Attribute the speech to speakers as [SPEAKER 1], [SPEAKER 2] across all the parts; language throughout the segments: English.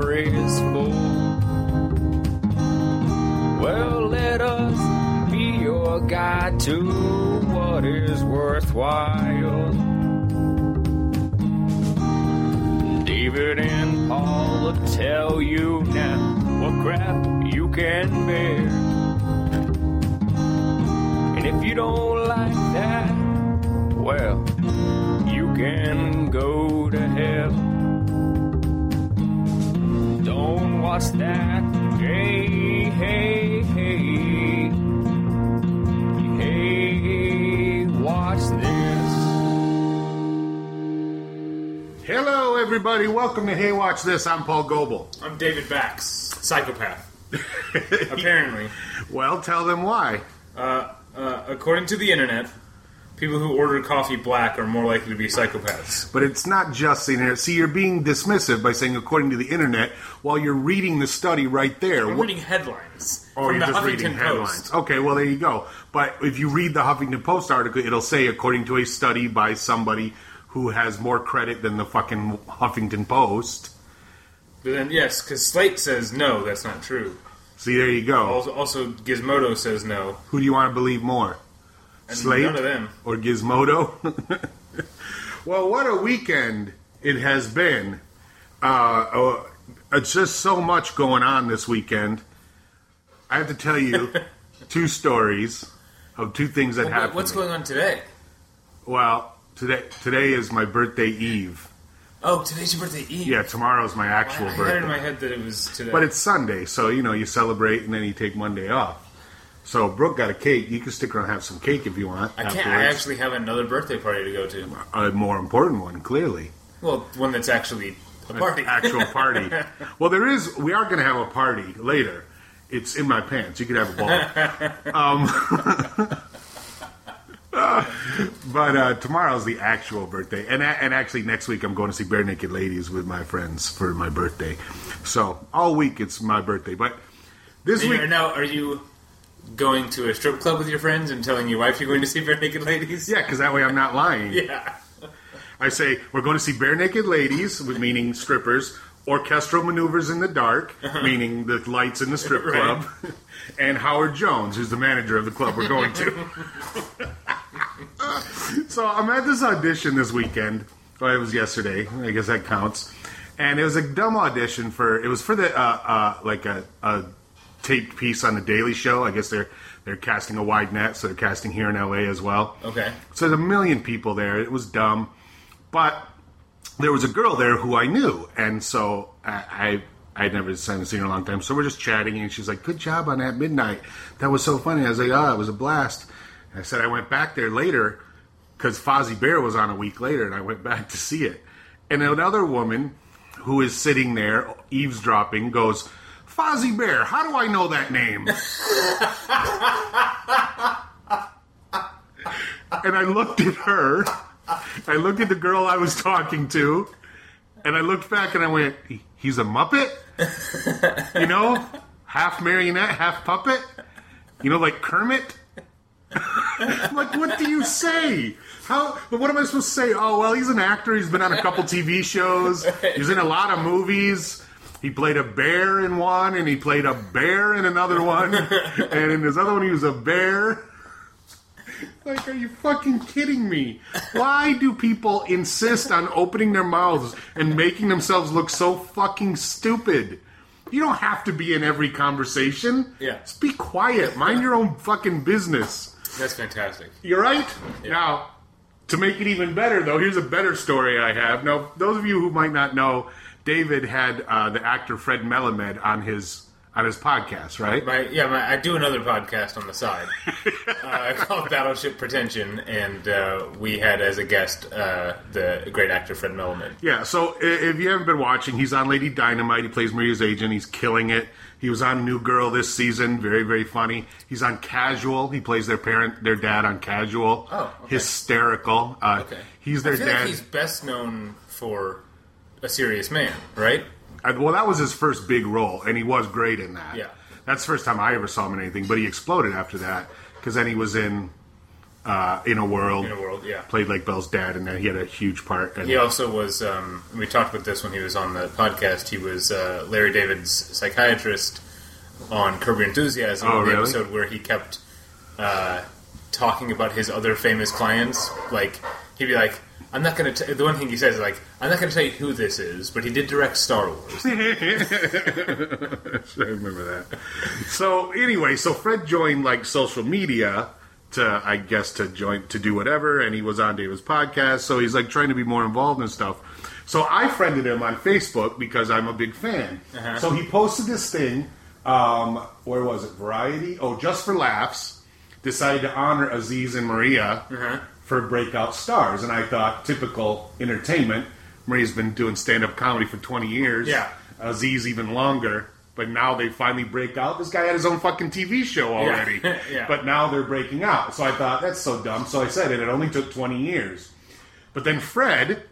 [SPEAKER 1] greatest fool. Well, let us be your guide to what is worthwhile. David and Paul will tell you now what crap you can bear. And if you don't like that, well, you can go to hell. Don't watch that. Hey, hey, hey. Hey, watch this.
[SPEAKER 2] Hello, everybody. Welcome to Hey Watch This. I'm Paul Goebel.
[SPEAKER 3] I'm David Bax, psychopath. Apparently,
[SPEAKER 2] Well, tell them why.
[SPEAKER 3] uh, according to the internet, people who order coffee black are more likely to be psychopaths.
[SPEAKER 2] But it's not just the internet. See, you're being dismissive by saying according to the internet while you're reading the study right there.
[SPEAKER 3] I'm
[SPEAKER 2] What-
[SPEAKER 3] reading headlines
[SPEAKER 2] Oh,
[SPEAKER 3] from
[SPEAKER 2] you're
[SPEAKER 3] the
[SPEAKER 2] just
[SPEAKER 3] Huffington
[SPEAKER 2] reading
[SPEAKER 3] Post.
[SPEAKER 2] headlines. Okay, well, there you go. But if you read the Huffington Post article, it'll say according to a study by somebody who has more credit than the fucking Huffington Post.
[SPEAKER 3] But then, yes, because Slate says no, that's not true.
[SPEAKER 2] See, there you go.
[SPEAKER 3] Also, also Gizmodo says no.
[SPEAKER 2] Who do you want to believe more?
[SPEAKER 3] And
[SPEAKER 2] Slate
[SPEAKER 3] None of them.
[SPEAKER 2] or Gizmodo? well, what a weekend it has been. Uh, uh, it's just so much going on this weekend. I have to tell you two stories of two things that
[SPEAKER 3] Well,
[SPEAKER 2] happened.
[SPEAKER 3] what- what's going on today?
[SPEAKER 2] well, today today is my birthday eve.
[SPEAKER 3] Oh, today's your birthday Eve.
[SPEAKER 2] Yeah, tomorrow's my
[SPEAKER 3] I,
[SPEAKER 2] actual
[SPEAKER 3] I had it in
[SPEAKER 2] birthday.
[SPEAKER 3] my head that it was today.
[SPEAKER 2] But it's Sunday, so you know you celebrate and then you take Monday off. So Brooke got a cake. You can stick around and have some cake if you want.
[SPEAKER 3] I can't. I
[SPEAKER 2] afterwards.
[SPEAKER 3] actually have another birthday party to go to.
[SPEAKER 2] a more important one, clearly.
[SPEAKER 3] Well, one that's actually a party.
[SPEAKER 2] actual party. well, there is. We are going to have a party later. It's in my pants. You could have a ball. um, but uh, tomorrow's the actual birthday, and a- and actually next week I'm going to see Bare Naked Ladies with my friends for my birthday. So all week it's my birthday, but this
[SPEAKER 3] Are you-
[SPEAKER 2] week
[SPEAKER 3] are now, are you going to a strip club with your friends and telling your wife you're going to see bare naked ladies?
[SPEAKER 2] yeah, because that way I'm not lying.
[SPEAKER 3] Yeah.
[SPEAKER 2] I say we're going to see bare naked ladies, with- meaning strippers, orchestral maneuvers in the dark, meaning the lights in the strip
[SPEAKER 3] Uh-huh. Right.
[SPEAKER 2] club, and Howard Jones, who's the manager of the club we're going to. so I'm at this audition this weekend. Well, it was yesterday. I guess that counts. And it was a dumb audition for. It was for the uh, uh, like a, a taped piece on the Daily Show. I guess they're they're casting a wide net, so they're casting here in LA as well.
[SPEAKER 3] Okay.
[SPEAKER 2] So there's a million people there. It was dumb, but there was a girl there who I knew, and so I. I I'd never seen seen her in a long time, so we're just chatting, and she's like, "Good job on that midnight. That was so funny." I was like, "Oh, it was a blast." And I said I went back there later because Fozzie Bear was on a week later, and I went back to see it. And another woman who is sitting there eavesdropping goes, "Fozzie Bear, how do I know that name?" and I looked at her. I looked at the girl I was talking to, and I looked back and I went, "He- "He's a Muppet, you know, half marionette, half puppet, you know, like Kermit." I'm like, what do you say? How? But what am I supposed to say? Oh well, he's an actor. He's been on a couple TV shows. He's in a lot of movies. He played a bear in one, and he played a bear in another one, and in his other one, he was a bear. Like, are you fucking kidding me? Why do people insist on opening their mouths and making themselves look so fucking stupid? You don't have to be in every conversation.
[SPEAKER 3] Yeah.
[SPEAKER 2] Just be quiet. Mind your own fucking business.
[SPEAKER 3] That's fantastic.
[SPEAKER 2] You're right. Now, to make it even better, though, here's a better story I have. Now, those of you who might not know, David had uh, the actor Fred Melamed on his on his podcast, right?
[SPEAKER 3] My, yeah, my, I do another podcast on the side uh, called Battleship Pretension, and uh, we had as a guest uh, the great actor Fred Melamed.
[SPEAKER 2] Yeah, so i- if you haven't been watching, he's on Lady Dynamite. He plays Maria's agent. He's killing it. He was on New Girl this season. Very, very funny. He's on Casual. He plays their parent, their dad on Casual.
[SPEAKER 3] Oh, okay.
[SPEAKER 2] hysterical. Uh,
[SPEAKER 3] Okay.
[SPEAKER 2] He's their
[SPEAKER 3] I feel
[SPEAKER 2] dad.
[SPEAKER 3] like he's best known for a serious man, right?
[SPEAKER 2] Uh, well, that was his first big role, and he was great in that.
[SPEAKER 3] Yeah.
[SPEAKER 2] That's the first time I ever saw him in anything, but he exploded after that because then he was in uh, in a world.
[SPEAKER 3] in a world. Yeah.
[SPEAKER 2] Played like Bell's dad, and then he had a huge part. And
[SPEAKER 3] He also was. Um, we talked about this when he was on the podcast. He was uh, Larry David's psychiatrist on Curb Your Enthusiasm.
[SPEAKER 2] Oh,
[SPEAKER 3] the
[SPEAKER 2] really?
[SPEAKER 3] episode where he kept uh, talking about his other famous clients. Like he'd be like, "I'm not going to." The one thing he says is like, "I'm not going to tell you who this is," but he did direct Star Wars.
[SPEAKER 2] I remember that. So anyway, so Fred joined like social media to, I guess, to join to do whatever, and he was on David's podcast. So he's like trying to be more involved and stuff. So I friended him on Facebook because I'm a big fan. So he posted this thing. Um, where was it? Variety. Oh, just for laughs. Decided to honor Aziz and Maria for breakout stars, and I thought typical entertainment. Maria's been doing stand-up comedy for 20 years.
[SPEAKER 3] Yeah.
[SPEAKER 2] Aziz even longer. But now they finally break out. This guy had his own fucking TV show already.
[SPEAKER 3] Yeah.
[SPEAKER 2] But now they're breaking out. So I thought, that's so dumb. So I said it. It only took 20 years. But then Fred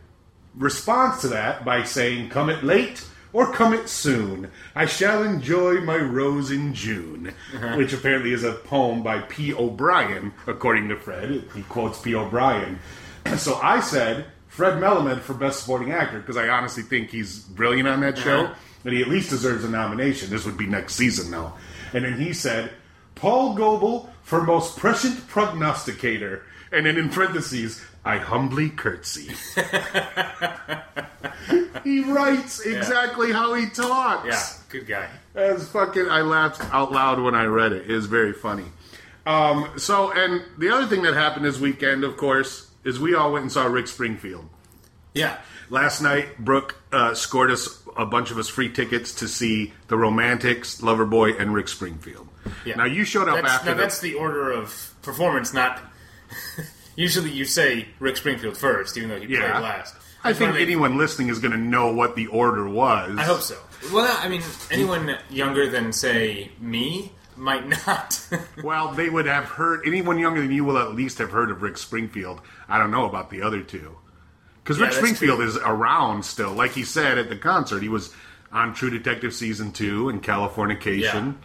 [SPEAKER 2] responds to that by saying, come it late or come it soon. I shall enjoy my rose in June. Which apparently is a poem by P. O'Brien, according to Fred. He quotes P. O'Brien. So I said, Fred Melamed for Best Supporting Actor, because I honestly think he's brilliant on that show, and he at least deserves a nomination. This would be next season, though. And then he said, Paul Goebel for Most Prescient Prognosticator. And then in parentheses, I humbly curtsy. he writes exactly how he talks.
[SPEAKER 3] yeah, good guy.
[SPEAKER 2] That's fucking. I laughed out loud when I read it. It was very funny. Um, so, and the other thing that happened this weekend, of course, is we all went and saw Rick Springfield.
[SPEAKER 3] Yeah,
[SPEAKER 2] Last night, Brooke uh, scored us a bunch of us free tickets to see The Romantics, Loverboy, and Rick Springfield.
[SPEAKER 3] Yeah.
[SPEAKER 2] Now you showed up
[SPEAKER 3] that's,
[SPEAKER 2] after
[SPEAKER 3] now
[SPEAKER 2] the-
[SPEAKER 3] that's the order of performance. Not usually you say Rick Springfield first, even though he
[SPEAKER 2] Yeah.
[SPEAKER 3] played last.
[SPEAKER 2] I
[SPEAKER 3] Just wanna
[SPEAKER 2] think
[SPEAKER 3] make-
[SPEAKER 2] anyone listening is going to know what the order was.
[SPEAKER 3] I hope so. Well, I mean, anyone younger than say me might not.
[SPEAKER 2] Well, they would have heard anyone younger than you will at least have heard of Rick Springfield. I don't know about the other two, because Rick
[SPEAKER 3] that's
[SPEAKER 2] Springfield is around still. Like he said at the concert, he was on True Detective season two and Californication,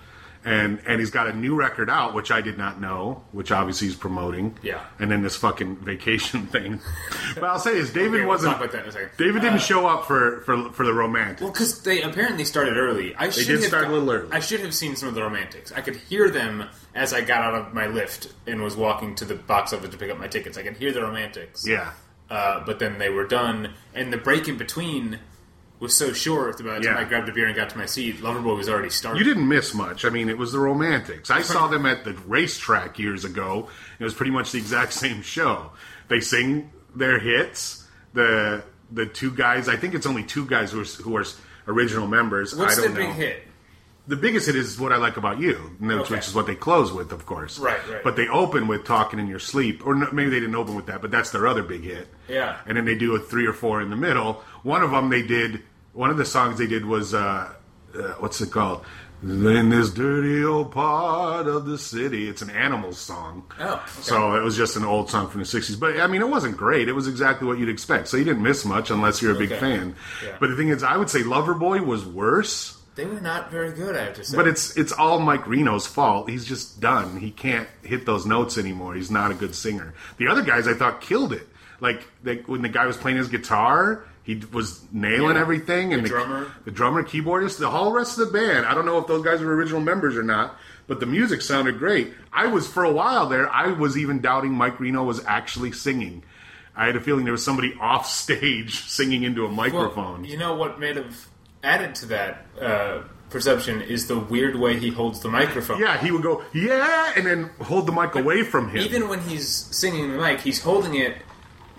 [SPEAKER 2] and and he's got a new record out, which I did not know, which obviously he's promoting.
[SPEAKER 3] Yeah.
[SPEAKER 2] and then this fucking vacation thing. but I'll say is David
[SPEAKER 3] Okay, we'll
[SPEAKER 2] wasn't.
[SPEAKER 3] talk about that in a second.
[SPEAKER 2] David didn't show up for for for the romantic.
[SPEAKER 3] well, because they apparently started early. I should
[SPEAKER 2] did
[SPEAKER 3] have
[SPEAKER 2] start a little early.
[SPEAKER 3] I should have seen some of the romantics. I could hear them as I got out of my lift and was walking to the box office to pick up my tickets. I could hear the romantics.
[SPEAKER 2] yeah,
[SPEAKER 3] Uh, but then they were done, and the break in between was so short. that By the time
[SPEAKER 2] Yeah.
[SPEAKER 3] I grabbed a beer and got to my seat, Loverboy was already started.
[SPEAKER 2] You didn't miss much. I mean, it was the Romantics. I saw them at the racetrack years ago. It was pretty much the exact same show. They sing their hits. The the two guys. I think it's only two guys who are, who are original members.
[SPEAKER 3] What's
[SPEAKER 2] I
[SPEAKER 3] the
[SPEAKER 2] don't know.
[SPEAKER 3] big hit?
[SPEAKER 2] The biggest hit is what I like about you, and that's-
[SPEAKER 3] Okay.
[SPEAKER 2] which is what they close with, of course.
[SPEAKER 3] Right, right.
[SPEAKER 2] But they open with "Talking in Your Sleep," or no, maybe they didn't open with that, but that's their other big hit.
[SPEAKER 3] Yeah.
[SPEAKER 2] And then they do a three or four in the middle. One of them they did. One of the songs they did was uh, uh, what's it called? In this dirty old part of the city, it's an Animals song.
[SPEAKER 3] Oh, okay.
[SPEAKER 2] So it was just an old song from the '60s. But I mean, it wasn't great. It was exactly what you'd expect. So you didn't miss much unless you're a big
[SPEAKER 3] Okay.
[SPEAKER 2] fan.
[SPEAKER 3] Yeah.
[SPEAKER 2] But the thing is, I would say Loverboy was worse.
[SPEAKER 3] They were not very good. I have to say.
[SPEAKER 2] But it's it's all Mike Reno's fault. He's just done. He can't hit those notes anymore. He's not a good singer. The other guys I thought killed it. Like they, when the guy was playing his guitar, he d- was nailing
[SPEAKER 3] Yeah.
[SPEAKER 2] everything. And
[SPEAKER 3] The drummer.
[SPEAKER 2] the drummer, keyboardist, the whole rest of the band. I don't know if those guys were original members or not, but the music sounded great. I was for a while there. I was even doubting Mike Reno was actually singing. I had a feeling there was somebody off stage singing into a
[SPEAKER 3] Well,
[SPEAKER 2] microphone.
[SPEAKER 3] You know what made of added to that uh, perception is the weird way he holds the microphone.
[SPEAKER 2] yeah, he would go yeah, and then hold the mic away from him.
[SPEAKER 3] Even when he's singing the mic, he's holding it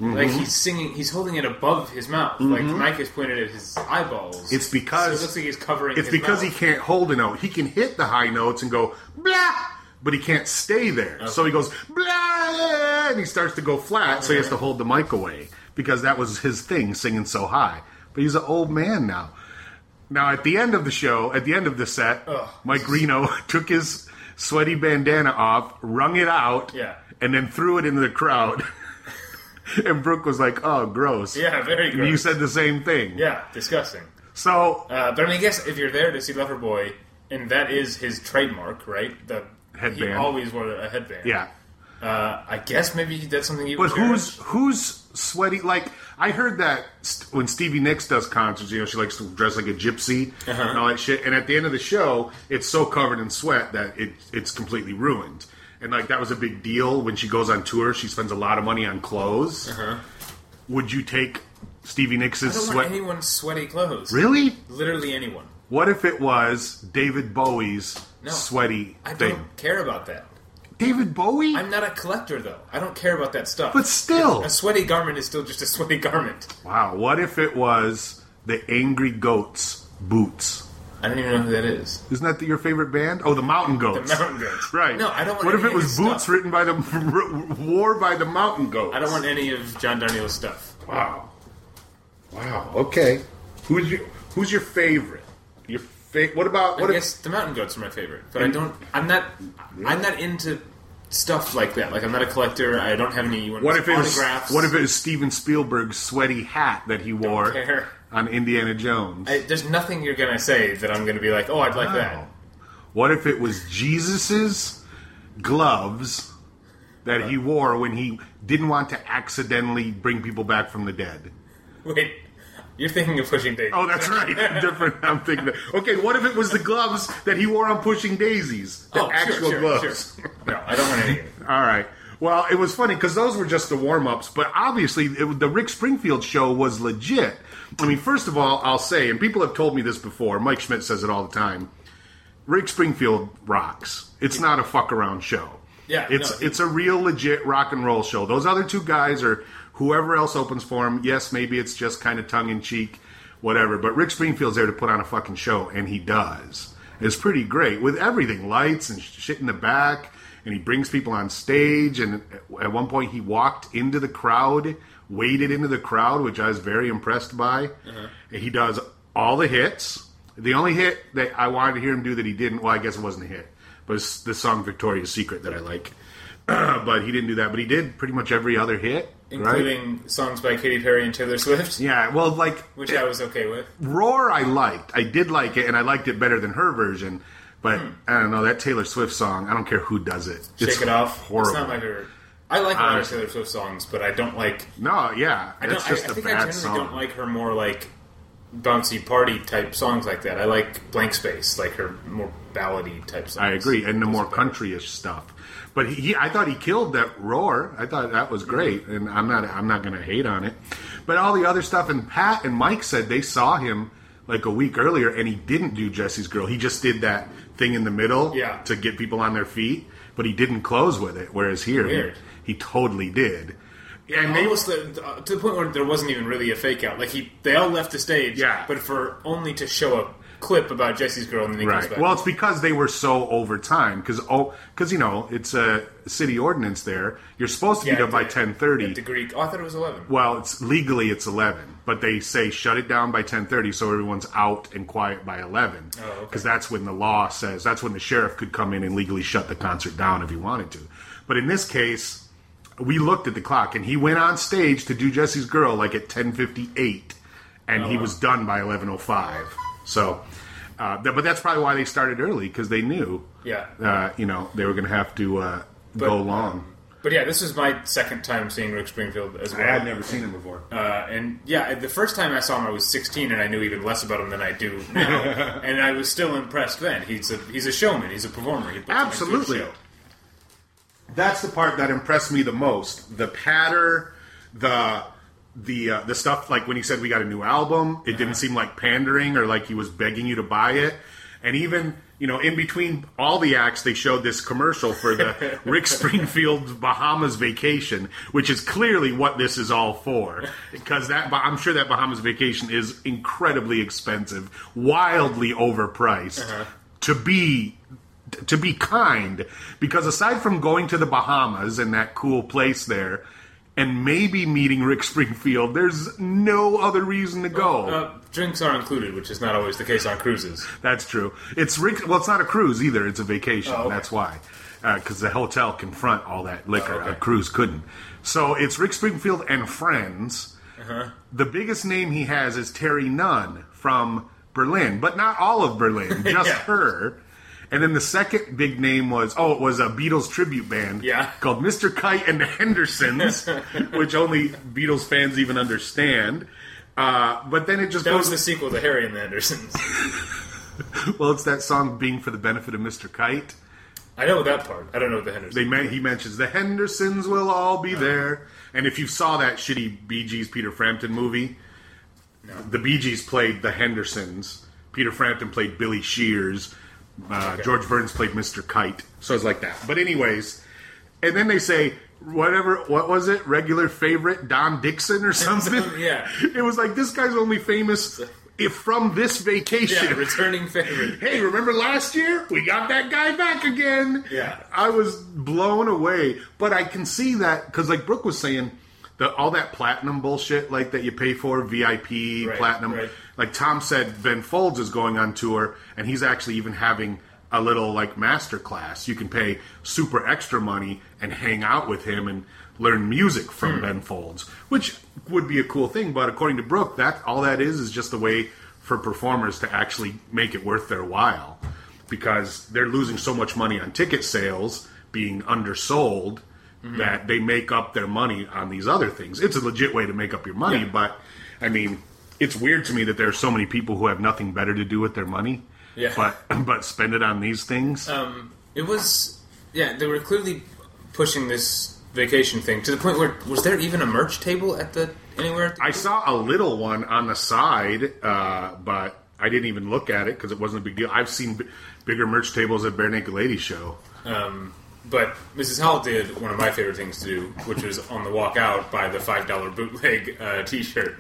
[SPEAKER 3] like
[SPEAKER 2] Mm-hmm.
[SPEAKER 3] he's singing. He's holding it above his mouth. Like the mic is pointed at his eyeballs.
[SPEAKER 2] It's because-
[SPEAKER 3] So it looks like he's covering.
[SPEAKER 2] It's
[SPEAKER 3] his
[SPEAKER 2] because he
[SPEAKER 3] mouth.
[SPEAKER 2] can't hold a note. He can hit the high notes and go blah, but he can't stay there. So he goes blah, and he starts to go flat. So he has to hold the mic away because that was his thing, singing so high. But he's an old man now. Now at the end of the show, at the end of the set, Mike Reno took his sweaty bandana off, wrung it out,
[SPEAKER 3] Yeah.
[SPEAKER 2] and then threw it into the crowd. and Brooke was like, "Oh, gross."
[SPEAKER 3] Yeah, very
[SPEAKER 2] And
[SPEAKER 3] gross.
[SPEAKER 2] you said the same thing.
[SPEAKER 3] yeah, disgusting.
[SPEAKER 2] So
[SPEAKER 3] Uh, but I mean, I guess if you're there to see Loverboy, and that is his trademark, right? The
[SPEAKER 2] Headband.
[SPEAKER 3] He always wore a headband.
[SPEAKER 2] Yeah.
[SPEAKER 3] Uh, I guess maybe that's something you.
[SPEAKER 2] But
[SPEAKER 3] would care.
[SPEAKER 2] who's who's sweaty? Like I heard that st- when Stevie Nicks does concerts, you know, she likes to dress like a gypsy
[SPEAKER 3] Uh-huh.
[SPEAKER 2] and all that shit. And at the end of the show, it's so covered in sweat that it it's completely ruined. And like that was a big deal when she goes on tour. She spends a lot of money on clothes.
[SPEAKER 3] Uh-huh.
[SPEAKER 2] Would you take Stevie
[SPEAKER 3] I
[SPEAKER 2] Nicks's
[SPEAKER 3] don't
[SPEAKER 2] sweat?
[SPEAKER 3] want anyone's sweaty clothes.
[SPEAKER 2] really?
[SPEAKER 3] Literally anyone.
[SPEAKER 2] What if it was David Bowie's
[SPEAKER 3] No.
[SPEAKER 2] sweaty
[SPEAKER 3] I
[SPEAKER 2] thing?
[SPEAKER 3] don't care about that.
[SPEAKER 2] David Bowie?
[SPEAKER 3] I'm not a collector though. I don't care about that stuff.
[SPEAKER 2] but still,
[SPEAKER 3] a sweaty garment is still just a sweaty garment.
[SPEAKER 2] wow. What if it was the Angry Goats boots?
[SPEAKER 3] I don't even know who that is.
[SPEAKER 2] Isn't that your favorite band? Oh, the Mountain Goats.
[SPEAKER 3] Mountain Goats.
[SPEAKER 2] Right.
[SPEAKER 3] No, I don't want
[SPEAKER 2] What if
[SPEAKER 3] any
[SPEAKER 2] it was
[SPEAKER 3] of his
[SPEAKER 2] Boots
[SPEAKER 3] stuff.
[SPEAKER 2] written by the war by the Mountain Goats?
[SPEAKER 3] I don't want any of John Darnielle's stuff.
[SPEAKER 2] Wow. Wow. Okay. Who's your Who's your favorite? Your fa- What about what
[SPEAKER 3] I
[SPEAKER 2] if
[SPEAKER 3] guess the mountain goats are my favorite, but I don't. I'm not. I'm not into stuff like that. Like I'm not a collector. I don't have any.
[SPEAKER 2] what if it was
[SPEAKER 3] autographs?
[SPEAKER 2] what if it was Steven Spielberg's sweaty hat that he wore
[SPEAKER 3] care.
[SPEAKER 2] on Indiana Jones?
[SPEAKER 3] I, there's nothing you're gonna say that I'm gonna be like, oh, I'd like
[SPEAKER 2] Wow.
[SPEAKER 3] that.
[SPEAKER 2] What if it was Jesus's gloves that he wore when he didn't want to accidentally bring people back from the dead?
[SPEAKER 3] Wait, you're thinking of pushing daisies.
[SPEAKER 2] Oh, that's right. Different. I'm thinking. That. Okay, what if it was the gloves that he wore on Pushing Daisies? The
[SPEAKER 3] Oh, sure,
[SPEAKER 2] actual
[SPEAKER 3] sure,
[SPEAKER 2] gloves.
[SPEAKER 3] sure. No, I don't want any. of it.
[SPEAKER 2] All right. Well, it was funny because those were just the warm ups, but obviously it, was- the Rick Springfield show was legit. I mean, first of all, I'll say, and people have told me this before, Mike Schmidt says it all the time Rick Springfield rocks. It's not a fuck around show.
[SPEAKER 3] Yeah,
[SPEAKER 2] It's,
[SPEAKER 3] no,
[SPEAKER 2] it's a real legit rock and roll show. Those other two guys or whoever else opens for him, yes, maybe it's just kind of tongue in cheek, whatever. But Rick Springfield's there to put on a fucking show, and he does. It's pretty great with everything, lights and sh- shit in the back, and he brings people on stage. And at one point, he walked into the crowd, waded into the crowd, which I was very impressed by. And he does all the hits. The only hit that I wanted to hear him do that he didn't, well, I guess it wasn't a hit, but it's the song "Victoria's Secret" that I like. but he didn't do that. But he did pretty much every other hit, right?
[SPEAKER 3] including songs by Katy Perry and Taylor Swift,
[SPEAKER 2] Yeah, well, like
[SPEAKER 3] which I was okay with.
[SPEAKER 2] Roar, I liked. I did like it, and I liked it better than her version. But I don't know that Taylor Swift song. I don't care who does it.
[SPEAKER 3] Hmm. Shake
[SPEAKER 2] it's
[SPEAKER 3] it off.
[SPEAKER 2] Horrible.
[SPEAKER 3] It's not my favorite. I like a lot of
[SPEAKER 2] Honestly.
[SPEAKER 3] Taylor Swift songs, but I don't like.
[SPEAKER 2] no, yeah,
[SPEAKER 3] I
[SPEAKER 2] it's
[SPEAKER 3] don't.
[SPEAKER 2] just
[SPEAKER 3] I,
[SPEAKER 2] a
[SPEAKER 3] I think I
[SPEAKER 2] bad
[SPEAKER 3] generally
[SPEAKER 2] song.
[SPEAKER 3] don't like her more like bouncy party type songs like that. I like Blank Space, like her more ballady type songs.
[SPEAKER 2] I agree, and the more countryish stuff. But he, he, I thought he killed that roar. I thought that was great, and I'm not, I'm not going to hate on it. But all the other stuff, and Pat and Mike said they saw him like a week earlier, and he didn't do Jesse's girl. He just did that thing in the middle,
[SPEAKER 3] Yeah.
[SPEAKER 2] to get people on their feet. But he didn't close with it. Whereas here,
[SPEAKER 3] Weird.
[SPEAKER 2] he, he totally did. And they,
[SPEAKER 3] Almost the, uh, to the point where there wasn't even really a fake out. Like he, they all left the stage,
[SPEAKER 2] Yeah.
[SPEAKER 3] but for only to show a clip about Jesse's girl, and then he comes
[SPEAKER 2] Right.
[SPEAKER 3] back.
[SPEAKER 2] Well, it's because they were so over time. Because oh, because you know it's a city ordinance. There, you're supposed to
[SPEAKER 3] Yeah,
[SPEAKER 2] be done by
[SPEAKER 3] at the-
[SPEAKER 2] ten thirty.
[SPEAKER 3] at the Greek. Oh, I thought it was eleven.
[SPEAKER 2] Well, it's legally it's eleven, but they say shut it down by ten thirty, so everyone's out and quiet by eleven. Because
[SPEAKER 3] okay.
[SPEAKER 2] that's when the law says that's when the sheriff could come in and legally shut the concert down if he wanted to. But in this case, we looked at the clock, and he went on stage to do Jesse's Girl like at ten fifty eight, and he was done by eleven oh five. So, uh, th- but that's probably why they started early because they knew,
[SPEAKER 3] Yeah.
[SPEAKER 2] uh, you know, they were going to have to uh, go long.
[SPEAKER 3] But yeah, this was my second time seeing Rick Springfield as well.
[SPEAKER 2] I had never seen him before.
[SPEAKER 3] Uh, and yeah, the first time I saw him, I was 16, and I knew even less about him than I do now. and I was still impressed then. He's a he's a showman. He's a performer. He puts on a good
[SPEAKER 2] Absolutely.
[SPEAKER 3] show.
[SPEAKER 2] That's the part that impressed me the most. The patter, the the uh, the stuff like when he said we got a new album, it didn't seem like pandering or like he was begging you to buy it. And even you know, in between all the acts, they showed this commercial for the Rick Springfield Bahamas vacation, which is clearly what this is all for. Because that, Bah- I'm sure that Bahamas vacation is incredibly expensive, wildly overpriced to be to be kind because aside from going to the Bahamas and that cool place there and maybe meeting Rick Springfield, there's no other reason to go.
[SPEAKER 3] Uh, drinks are included, which is not always the case on cruises.
[SPEAKER 2] That's true. It's Rick. Well, it's not a cruise either. It's a vacation.
[SPEAKER 3] Oh, okay.
[SPEAKER 2] That's why, because the hotel can front all that liquor.
[SPEAKER 3] Oh, okay.
[SPEAKER 2] A cruise couldn't. So it's Rick Springfield and friends.
[SPEAKER 3] Uh-huh.
[SPEAKER 2] The biggest name he has is Terry Nunn from Berlin, but not all of Berlin, just
[SPEAKER 3] Yeah.
[SPEAKER 2] her. And then the second big name was oh, it was a Beatles tribute band,
[SPEAKER 3] Yeah.
[SPEAKER 2] called Mr. Kite and the Hendersons, which only Beatles fans even understand. Uh, but then it just
[SPEAKER 3] That
[SPEAKER 2] goes
[SPEAKER 3] was the sequel to Harry and the Hendersons.
[SPEAKER 2] well, it's that song "Being for the Benefit of Mr. Kite."
[SPEAKER 3] I know that part. I don't know the
[SPEAKER 2] They
[SPEAKER 3] Hendersons.
[SPEAKER 2] men- he mentions the Hendersons will all be there, and if you saw that shitty Bee Gees Peter Frampton movie, the Bee Gees played the Hendersons. Peter Frampton played Billy Shears. Uh,
[SPEAKER 3] Okay.
[SPEAKER 2] George Burns played Mr. Kite. So it's like that. But anyways, and then they say whatever. What was it? Regular favorite Don Dixon or something?
[SPEAKER 3] yeah.
[SPEAKER 2] It was like this guy's only famous if from this vacation.
[SPEAKER 3] Yeah, returning favorite.
[SPEAKER 2] Hey, remember last year? We got that guy back again.
[SPEAKER 3] Yeah.
[SPEAKER 2] I was blown away, but I can see that because, like Brooke was saying, the, all that platinum bullshit, like that you pay for VIP
[SPEAKER 3] Right,
[SPEAKER 2] platinum.
[SPEAKER 3] right.
[SPEAKER 2] Like Tom said, Ben Folds is going on tour, and he's actually even having a little like master class. You can pay super extra money and hang out with him and learn music from
[SPEAKER 3] Hmm.
[SPEAKER 2] Ben Folds, which would be a cool thing. But according to Brooke, that all that is is just a way for performers to actually make it worth their while because they're losing so much money on ticket sales being undersold
[SPEAKER 3] Mm-hmm.
[SPEAKER 2] that they make up their money on these other things. It's a legit way to make up your money,
[SPEAKER 3] Yeah.
[SPEAKER 2] but I mean, it's weird to me that there are so many people who have nothing better to do with their money,
[SPEAKER 3] Yeah. Um,
[SPEAKER 2] but but spend it on these things.
[SPEAKER 3] It was. Yeah, they were clearly pushing this vacation thing to the point where was there even a merch table at the anywhere? At the,
[SPEAKER 2] I saw a little one on the side, uh, but I didn't even look at it because it wasn't a big deal. I've seen b- bigger merch tables at Bare Naked Lady show.
[SPEAKER 3] But Mrs. Hall did one of my favorite things to do, which was on the walk out buy the five dollar bootleg uh, T-shirt.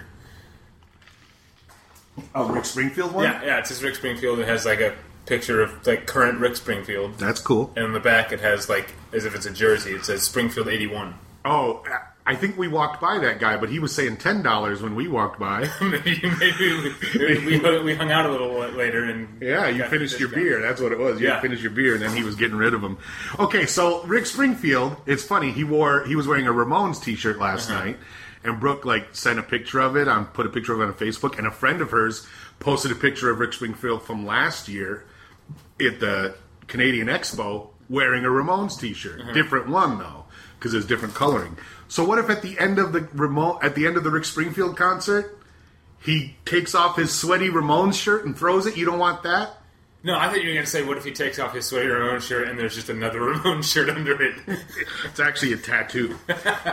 [SPEAKER 2] Oh, Rick Springfield one.
[SPEAKER 3] Yeah, yeah, it's just Rick Springfield. It has like a picture of like current Rick Springfield,
[SPEAKER 2] that's cool.
[SPEAKER 3] and in the back it has like as if it's a jersey. It says Springfield '81.
[SPEAKER 2] Oh, I think we walked by that guy, but he was saying ten dollars when we walked by.
[SPEAKER 3] maybe maybe, we, maybe we, we hung out a little later and
[SPEAKER 2] Yeah, you
[SPEAKER 3] got
[SPEAKER 2] finished your
[SPEAKER 3] discount.
[SPEAKER 2] beer. That's what it was. You
[SPEAKER 3] Yeah.
[SPEAKER 2] finished your beer, and then he was getting rid of them. Okay, so Rick Springfield. It's funny. He wore he was wearing a Ramones T-shirt last night, and Brooke like sent a picture of it on put a picture of it on Facebook, and a friend of hers posted a picture of Rick Springfield from last year at the Canadian Expo wearing a Ramones T-shirt. Different one though, because it's different coloring. So what if at the end of the Ramon at the end of the Rick Springfield concert? He takes off his sweaty Ramones shirt and throws it. You don't want that?
[SPEAKER 3] No, I thought you were going to say, what if he takes off his sweater Ramon shirt and there's just another Ramon shirt under it?
[SPEAKER 2] It's actually a tattoo.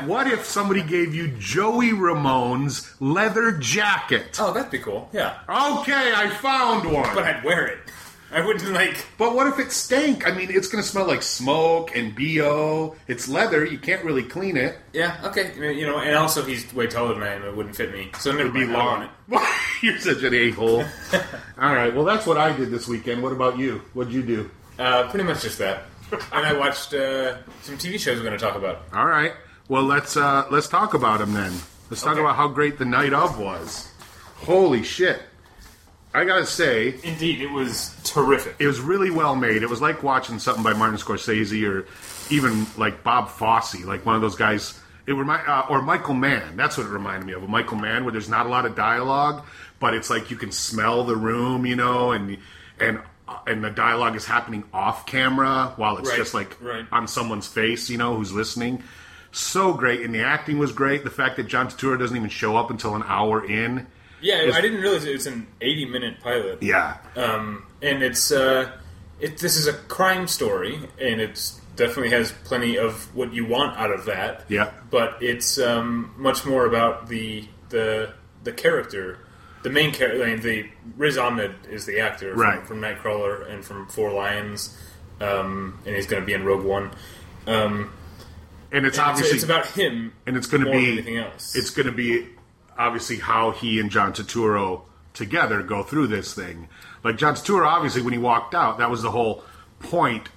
[SPEAKER 2] what if somebody gave you Joey Ramone's leather jacket?
[SPEAKER 3] oh, that'd be cool. Yeah,
[SPEAKER 2] Okay, I found one.
[SPEAKER 3] but
[SPEAKER 2] But,
[SPEAKER 3] I'd wear it. I wouldn't like.
[SPEAKER 2] what if it stank? I mean, it's going to smell like smoke and BO. It's leather, you can't really clean it.
[SPEAKER 3] Yeah, okay, I mean, you know, and also he's way taller than I am. It wouldn't fit me, so it'd never
[SPEAKER 2] Be
[SPEAKER 3] mind, I want
[SPEAKER 2] long.
[SPEAKER 3] it.
[SPEAKER 2] You're such an a hole. All right, well, that's what I did this weekend. What about you? What'd you do?
[SPEAKER 3] Uh, pretty much just that. and I watched uh, some TV shows we're going to talk about.
[SPEAKER 2] All right. Well, let's uh, let's talk about him then. Let's talk
[SPEAKER 3] Okay.
[SPEAKER 2] about how great the night of was. Holy shit! I gotta say,
[SPEAKER 3] Indeed, it was terrific.
[SPEAKER 2] it was really well made. It was like watching something by Martin Scorsese or even like Bob Fosse, like one of those guys. It remind uh, or Michael Mann. That's what it reminded me of. A Michael Mann where there's not a lot of dialogue, but it's like you can smell the room, you know, and and uh, and the dialogue is happening off camera while it's
[SPEAKER 3] Right,
[SPEAKER 2] just like
[SPEAKER 3] right.
[SPEAKER 2] on someone's face, you know, who's listening. So great, and the acting was great. The fact that John Turturro doesn't even show up until an hour in,
[SPEAKER 3] Yeah, I didn't realize it was an 80 minute pilot.
[SPEAKER 2] yeah,
[SPEAKER 3] Um, and it's uh, it, this is a crime story, and it's definitely has plenty of what you want out of that.
[SPEAKER 2] Yeah.
[SPEAKER 3] but it's um, much more about the the the character, the main character. I mean, the Riz Ahmed is the actor, from-
[SPEAKER 2] Right.
[SPEAKER 3] from, Nightcrawler and from Four Lions, um, and he's going to be in Rogue One. Um,
[SPEAKER 2] and it's
[SPEAKER 3] and it's,
[SPEAKER 2] obviously
[SPEAKER 3] it's about him,
[SPEAKER 2] and it's going to
[SPEAKER 3] more
[SPEAKER 2] be
[SPEAKER 3] than anything else.
[SPEAKER 2] It's going to be obviously how he and John Turturro together go through this thing. Like John Turturro, obviously, when he walked out, that was the whole point.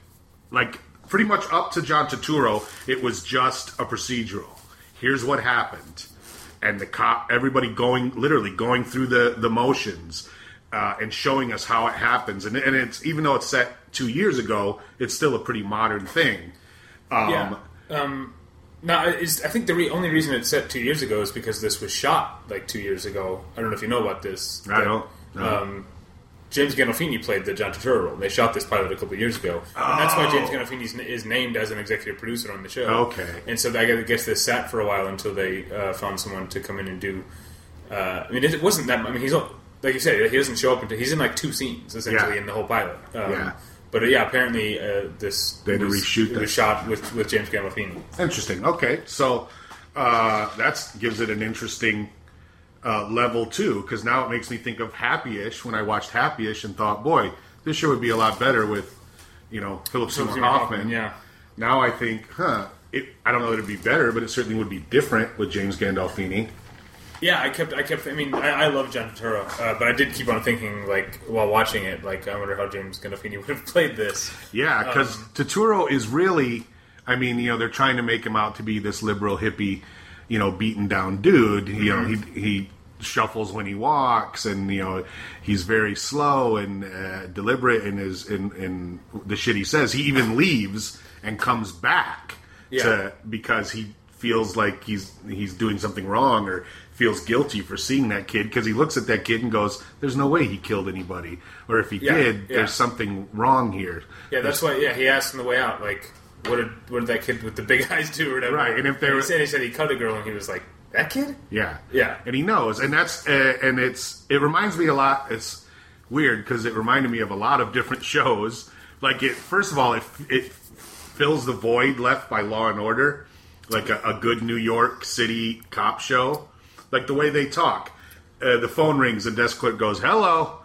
[SPEAKER 2] Like pretty much up to John Turturro, it was just a procedural. Here's what happened, and the cop, everybody going literally going through the the motions. Uh, and showing us how it happens, and, and it's even though it's set two years ago, it's still a pretty modern thing.
[SPEAKER 3] yeah. Um, no, it's, I think the re- only reason it's set two years ago is because this was shot like two years ago. I don't know if you know about this.
[SPEAKER 2] I don't. know.
[SPEAKER 3] Um, James Gandolfini played the John Turturro role. They shot this pilot a couple years ago, and that's why James Gandolfini is- is named as an executive producer on the show.
[SPEAKER 2] Oh. Okay.
[SPEAKER 3] and so I guess this sat for a while until they uh, found someone to come in and do. Uh, I mean, it wasn't that. I mean, he's all- like you said, he doesn't show up until he's in like two scenes essentially
[SPEAKER 2] Yeah.
[SPEAKER 3] in the whole pilot. Um,
[SPEAKER 2] Yeah.
[SPEAKER 3] But uh, yeah, apparently uh, this
[SPEAKER 2] They had to
[SPEAKER 3] was-
[SPEAKER 2] reshoot
[SPEAKER 3] it
[SPEAKER 2] that.
[SPEAKER 3] was shot with with James Gandolfini.
[SPEAKER 2] Interesting. Okay, so uh, that gives it an interesting uh, level too, because now it makes me think of Happy-ish when I watched Happy-ish and thought, boy, this show would be a lot better with, you know, Philip Seymour
[SPEAKER 3] Seymour Hoffman,
[SPEAKER 2] Hoffman.
[SPEAKER 3] yeah.
[SPEAKER 2] Now I think, huh? It, I don't know that it'd be better, but it certainly would be different with James Gandolfini.
[SPEAKER 3] Yeah, I kept, I kept. I mean, I, I love John Turturro, uh, but I did keep on thinking, like while watching it, like I wonder how James Gandolfini would have played this.
[SPEAKER 2] Yeah, because
[SPEAKER 3] Um,
[SPEAKER 2] Totoro is really, I mean, you know, they're trying to make him out to be this liberal hippie, you know, beaten down dude. You know,
[SPEAKER 3] Mm-hmm.
[SPEAKER 2] he he shuffles when he walks, and you know, he's very slow and uh, deliberate in his in in the shit he says. He even leaves and comes back
[SPEAKER 3] Yeah.
[SPEAKER 2] to because he feels like he's he's doing something wrong or feels guilty for seeing that kid because he looks at that kid and goes there's no way he killed anybody or if he
[SPEAKER 3] Yeah,
[SPEAKER 2] did
[SPEAKER 3] yeah.
[SPEAKER 2] there's something wrong here
[SPEAKER 3] Yeah, that's why. Yeah, he asked on the way out, like, what did what did that kid with the big eyes do or whatever?
[SPEAKER 2] Right, and if they were-
[SPEAKER 3] he said he said he cut a girl, and he was like, that kid.
[SPEAKER 2] Yeah,
[SPEAKER 3] Yeah.
[SPEAKER 2] and he knows, and that's uh, and it's it reminds me a lot. It's weird because it reminded me of a lot of different shows. Like it, first of all, it it fills the void left by Law and Order, like a, a good New York City cop show. Like the way they talk, uh, the phone rings, the desk clerk goes, "Hello."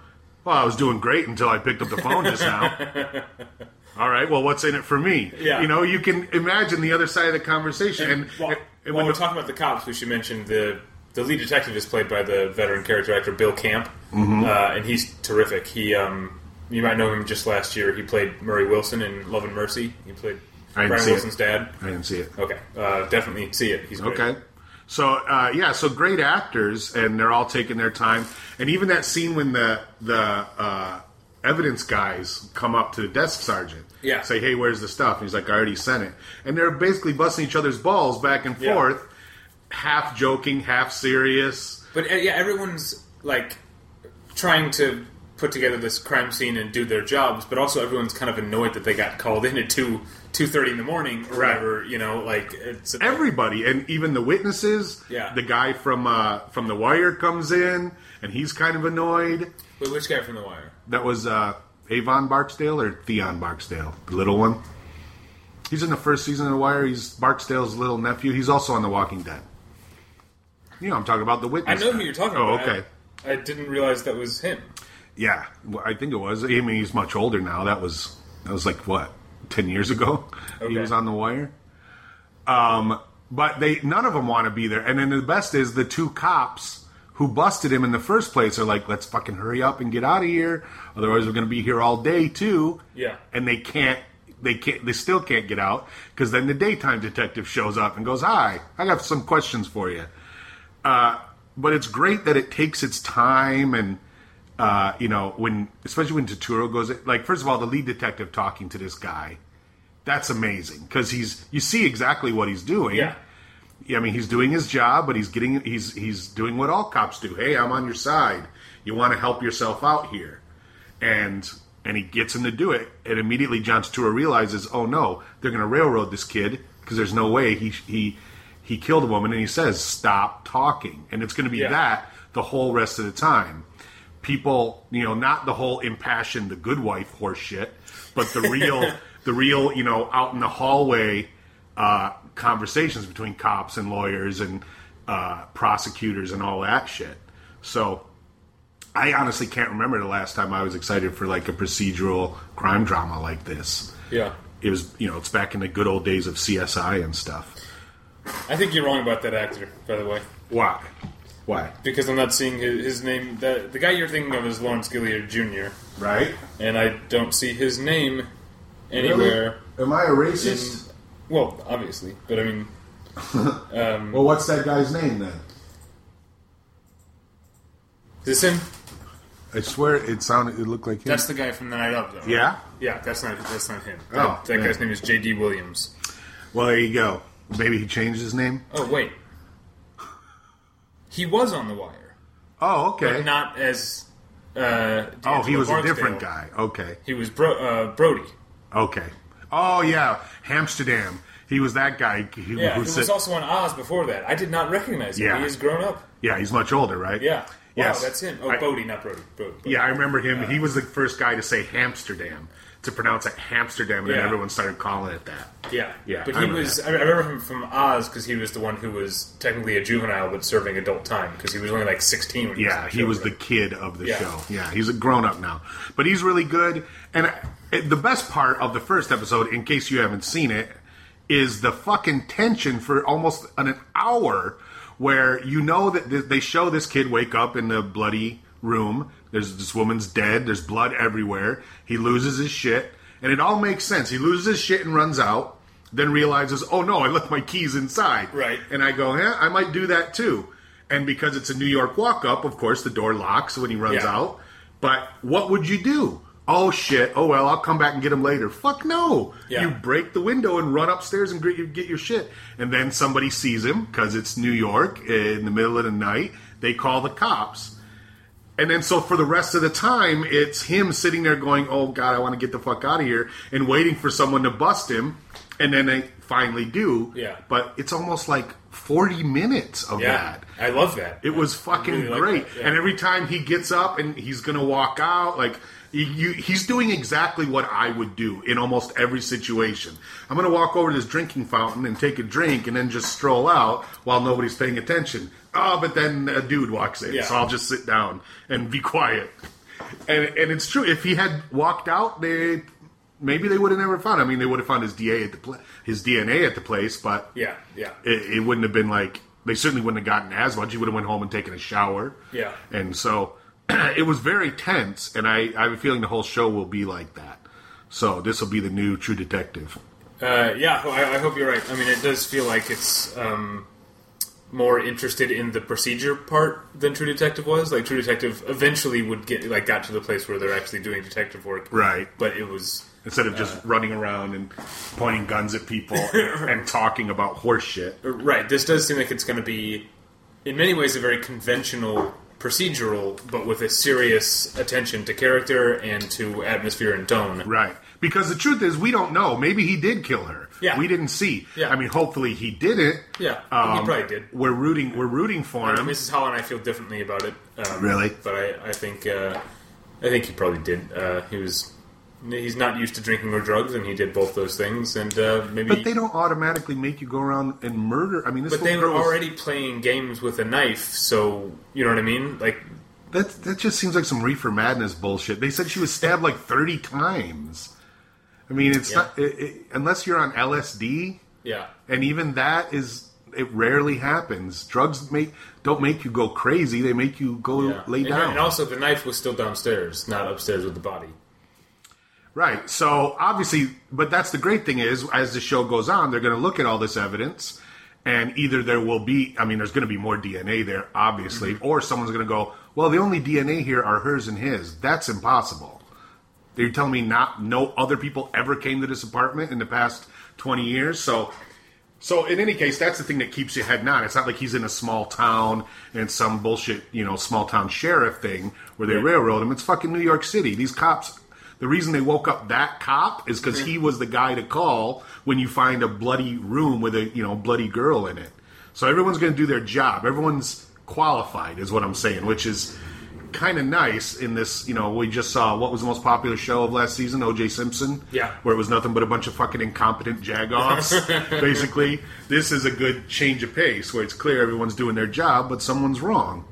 [SPEAKER 2] Well, I was doing great until I picked up the phone just now. All right, well, what's in it for me?
[SPEAKER 3] Yeah.
[SPEAKER 2] You know, you can imagine the other side of the conversation. And,
[SPEAKER 3] Well,
[SPEAKER 2] and when
[SPEAKER 3] while we're
[SPEAKER 2] the-
[SPEAKER 3] talking about the cops, we should mention the the lead detective is played by the veteran character actor Bill Camp, uh, and he's terrific. He um, you might know him just last year. He played Murray Wilson in Love and Mercy. He played
[SPEAKER 2] I didn't
[SPEAKER 3] Brian
[SPEAKER 2] see it.
[SPEAKER 3] Wilson's dad.
[SPEAKER 2] I didn't see it.
[SPEAKER 3] Okay, uh, definitely see it. He's great.
[SPEAKER 2] Okay. So uh, yeah, so great actors, and they're all taking their time. And even that scene when the the uh, evidence guys come up to the desk sergeant,
[SPEAKER 3] Yeah.
[SPEAKER 2] say, "Hey, where's the stuff?" And he's like, "I already sent it." And they're basically busting each other's balls back and
[SPEAKER 3] Yeah.
[SPEAKER 2] forth, half joking, half serious.
[SPEAKER 3] But uh, yeah, everyone's like trying to put together this crime scene and do their jobs, but also everyone's kind of annoyed that they got called in at two two thirty in the morning or
[SPEAKER 2] Right.
[SPEAKER 3] whatever. You know, like it's
[SPEAKER 2] Everybody, and even the witnesses.
[SPEAKER 3] Yeah.
[SPEAKER 2] The guy from uh, from The Wire comes in, and he's kind of annoyed.
[SPEAKER 3] Wait, which guy from The Wire?
[SPEAKER 2] That was uh, Avon Barksdale or Theon Barksdale, the little one. He's in the first season of The Wire. He's Barksdale's little nephew. He's also on The Walking Dead. You know, I'm talking about the
[SPEAKER 3] I
[SPEAKER 2] witness.
[SPEAKER 3] know who you're talking
[SPEAKER 2] Oh,
[SPEAKER 3] about.
[SPEAKER 2] okay.
[SPEAKER 3] I, I didn't realize that was him.
[SPEAKER 2] Yeah, well, I think it was. I mean, he's much older now. That was that was like what ten years ago. He
[SPEAKER 3] Okay.
[SPEAKER 2] was on The Wire. Um, but they none of them want to be there. And then the best is the two cops who busted him in the first place are like, "Let's fucking hurry up and get out of here, otherwise we're going to be here all day too."
[SPEAKER 3] Yeah.
[SPEAKER 2] and they can't. They can't. They still can't get out because then the daytime detective shows up and goes, "Hi, I got some questions for you." Uh, but it's great that it takes its time and uh, you know when especially when Totoro goes like first of all the lead detective talking to this guy that's amazing because he's you see exactly what he's doing
[SPEAKER 3] Yeah.
[SPEAKER 2] I mean he's doing his job but he's getting he's he's doing what all cops do hey I'm on your side you want to help yourself out here and and he gets him to do it and immediately John Turturro realizes oh no they're going to railroad this kid because there's no way he he he killed a woman and he says stop talking and it's going to be
[SPEAKER 3] Yeah.
[SPEAKER 2] that the whole rest of the time people you know not the whole impassioned the good wife horse shit but the real the real you know out in the hallway uh, conversations between cops and lawyers and uh, prosecutors and all that shit so I honestly can't remember the last time I was excited for like a procedural crime drama like this.
[SPEAKER 3] Yeah.
[SPEAKER 2] It was, you know, it's back in the good old days of CSI and stuff.
[SPEAKER 3] I think you're wrong about that actor, by the way,
[SPEAKER 2] Why? Why?
[SPEAKER 3] because I'm not seeing his, his name. The, the guy you're thinking of is Lawrence Gilliard Jr.,
[SPEAKER 2] Right?
[SPEAKER 3] and I don't see his name anywhere.
[SPEAKER 2] Am I a
[SPEAKER 3] in- well, obviously, but I mean, Mm-hmm.
[SPEAKER 2] Well, what's that guy's name then?
[SPEAKER 3] is this him?
[SPEAKER 2] I swear it sounded, it looked like him.
[SPEAKER 3] That's the guy from the night of, though.
[SPEAKER 2] yeah?
[SPEAKER 3] yeah, that's not that's not him.
[SPEAKER 2] Oh,
[SPEAKER 3] that, that
[SPEAKER 2] yeah.
[SPEAKER 3] guy's name is J.D. Williams.
[SPEAKER 2] Well, there you go. Maybe he changed his name.
[SPEAKER 3] Oh wait, he was on The Wire,
[SPEAKER 2] Oh, okay.
[SPEAKER 3] not as Uh,
[SPEAKER 2] Oh, he
[SPEAKER 3] D'Angelo
[SPEAKER 2] was a
[SPEAKER 3] Barksdale.
[SPEAKER 2] different guy. Okay.
[SPEAKER 3] He was Bro- uh, Brody.
[SPEAKER 2] Okay. Oh yeah, Amsterdam. He was that guy. Who,
[SPEAKER 3] Yeah,
[SPEAKER 2] who
[SPEAKER 3] he was
[SPEAKER 2] said-
[SPEAKER 3] also on Oz before that. I did not recognize him.
[SPEAKER 2] Yeah.
[SPEAKER 3] He has grown up.
[SPEAKER 2] yeah, he's much older, right?
[SPEAKER 3] Yeah.
[SPEAKER 2] Yes.
[SPEAKER 3] Wow, that's him. Oh,
[SPEAKER 2] I-
[SPEAKER 3] Bodie, not Brody. Brody. Brody.
[SPEAKER 2] Yeah, I remember him. he was the first guy to say Amsterdam to pronounce it Amsterdam, and
[SPEAKER 3] Yeah.
[SPEAKER 2] then everyone started calling it that.
[SPEAKER 3] Yeah,
[SPEAKER 2] Yeah,
[SPEAKER 3] But
[SPEAKER 2] I
[SPEAKER 3] he
[SPEAKER 2] remember
[SPEAKER 3] was.
[SPEAKER 2] that.
[SPEAKER 3] I I remember him from Oz because he was the one who was technically a juvenile but serving adult time because he was only like sixteen. When
[SPEAKER 2] Yeah, he
[SPEAKER 3] he
[SPEAKER 2] was
[SPEAKER 3] was
[SPEAKER 2] the kid of the
[SPEAKER 3] Yeah.
[SPEAKER 2] show. Yeah, he's a grown up now, but he's really good. And I, it- the best part of the first episode, in case you haven't seen it, is the fucking tension for almost an hour, where you know that th- they show this kid wake up in the bloody room. There's this woman's dead. There's blood everywhere. He loses his shit, and it all makes sense. He loses his shit and runs out. Then realizes, oh no, I left my keys inside.
[SPEAKER 3] Right.
[SPEAKER 2] And I go, yeah, I might do that too. And because it's a New York walk up, of course, the door locks when he runs
[SPEAKER 3] Yeah.
[SPEAKER 2] out. But what would you do? Oh shit! Oh well, I'll come back and get him later. Fuck no!
[SPEAKER 3] Yeah.
[SPEAKER 2] You break the window and run upstairs and gr- get your shit. And then somebody sees him because it's New York in the middle of the night. They call the cops. And then so for the rest of the time, it's him sitting there going, "Oh God, I want to get the fuck out of here," and waiting for someone to bust him. And then they finally do.
[SPEAKER 3] Yeah.
[SPEAKER 2] But it's almost like forty minutes of
[SPEAKER 3] Yeah,
[SPEAKER 2] that.
[SPEAKER 3] I love that.
[SPEAKER 2] It was fucking
[SPEAKER 3] really like
[SPEAKER 2] great.
[SPEAKER 3] that, yeah.
[SPEAKER 2] And every time he gets up and he's gonna walk out, like you, you, he's doing exactly what I would do in almost every situation. I'm gonna walk over to this drinking fountain and take a drink, and then just stroll out while nobody's paying attention. Oh, but then a dude walks in,
[SPEAKER 3] Yeah.
[SPEAKER 2] so I'll just sit down and be quiet. And and it's true. If he had walked out, they maybe they would have never found. Him. I mean, they would have found his DA at the pla- his DNA at the place, but
[SPEAKER 3] Yeah, yeah.
[SPEAKER 2] it, it wouldn't have been like they certainly wouldn't have gotten as much. You would have went home and taken a shower.
[SPEAKER 3] Yeah.
[SPEAKER 2] and so it was very tense, and I, I have a feeling the whole show will be like that. So this will be the new True Detective.
[SPEAKER 3] Uh, yeah, ho- I, I hope you're right. I mean, it does feel like it's um, more interested in the procedure part than True Detective was. Like True Detective eventually would get like got to the place where they're actually doing detective work,
[SPEAKER 2] Right.
[SPEAKER 3] But it was
[SPEAKER 2] Instead of just running around and pointing guns at people and talking about horse shit.
[SPEAKER 3] uh, right. This does seem like it's going to be, in many ways, a very conventional procedural, but with a serious attention to character and to atmosphere and tone.
[SPEAKER 2] Right. Because the truth is, we don't know. Maybe he did kill her.
[SPEAKER 3] Yeah.
[SPEAKER 2] We didn't see.
[SPEAKER 3] Yeah.
[SPEAKER 2] I mean, hopefully he didn't.
[SPEAKER 3] Yeah, he
[SPEAKER 2] Um,
[SPEAKER 3] probably did.
[SPEAKER 2] We're rooting. We're rooting for him.
[SPEAKER 3] Mrs. Holland, I feel differently about it. Um,
[SPEAKER 2] Really?
[SPEAKER 3] but I, I think, uh, I think he probably did. Uh, he was, he's not used to drinking or drugs, and he did both those things. And uh, maybe,
[SPEAKER 2] But they don't automatically make you go around and murder. I mean, this
[SPEAKER 3] but they
[SPEAKER 2] little girl
[SPEAKER 3] were
[SPEAKER 2] was-
[SPEAKER 3] already playing games with a knife, so you know what I mean. Like,
[SPEAKER 2] That that just seems like some reefer madness bullshit. They said she was stabbed like thirty times. I mean, it's
[SPEAKER 3] Yeah.
[SPEAKER 2] not it, it, unless you're on LSD,
[SPEAKER 3] yeah,
[SPEAKER 2] and even that is it rarely happens. Drugs make don't make you go crazy; they make you go
[SPEAKER 3] yeah.
[SPEAKER 2] lay
[SPEAKER 3] and,
[SPEAKER 2] down.
[SPEAKER 3] And also, the knife was still downstairs, not upstairs with the body.
[SPEAKER 2] Right. So obviously, but that's the great thing is, as the show goes on, they're going to look at all this evidence, and either there will be, I mean, there's going to be more DNA there, obviously, or someone's going to go, well, the only DNA here are hers and his. That's impossible. You're telling me not no other people ever came to this apartment in the past 20 years, so. So in any case, that's the thing that keeps you heading on. It's not like he's in a small town and some bullshit, you know, small town sheriff thing where they railroad him. It's fucking New York City. These cops. The reason they woke up that cop is because he was the guy to call when you find a bloody room with a you know bloody girl in it. So everyone's going to do their job. Everyone's qualified, is what I'm saying, which is kind of nice in this. You know, we just saw what was the most popular show of last season, O.J. Simpson.
[SPEAKER 3] Yeah.
[SPEAKER 2] where it was nothing but a bunch of fucking incompetent jagoffs basically this is a good change of pace where it's clear everyone's doing their job but someone's wrong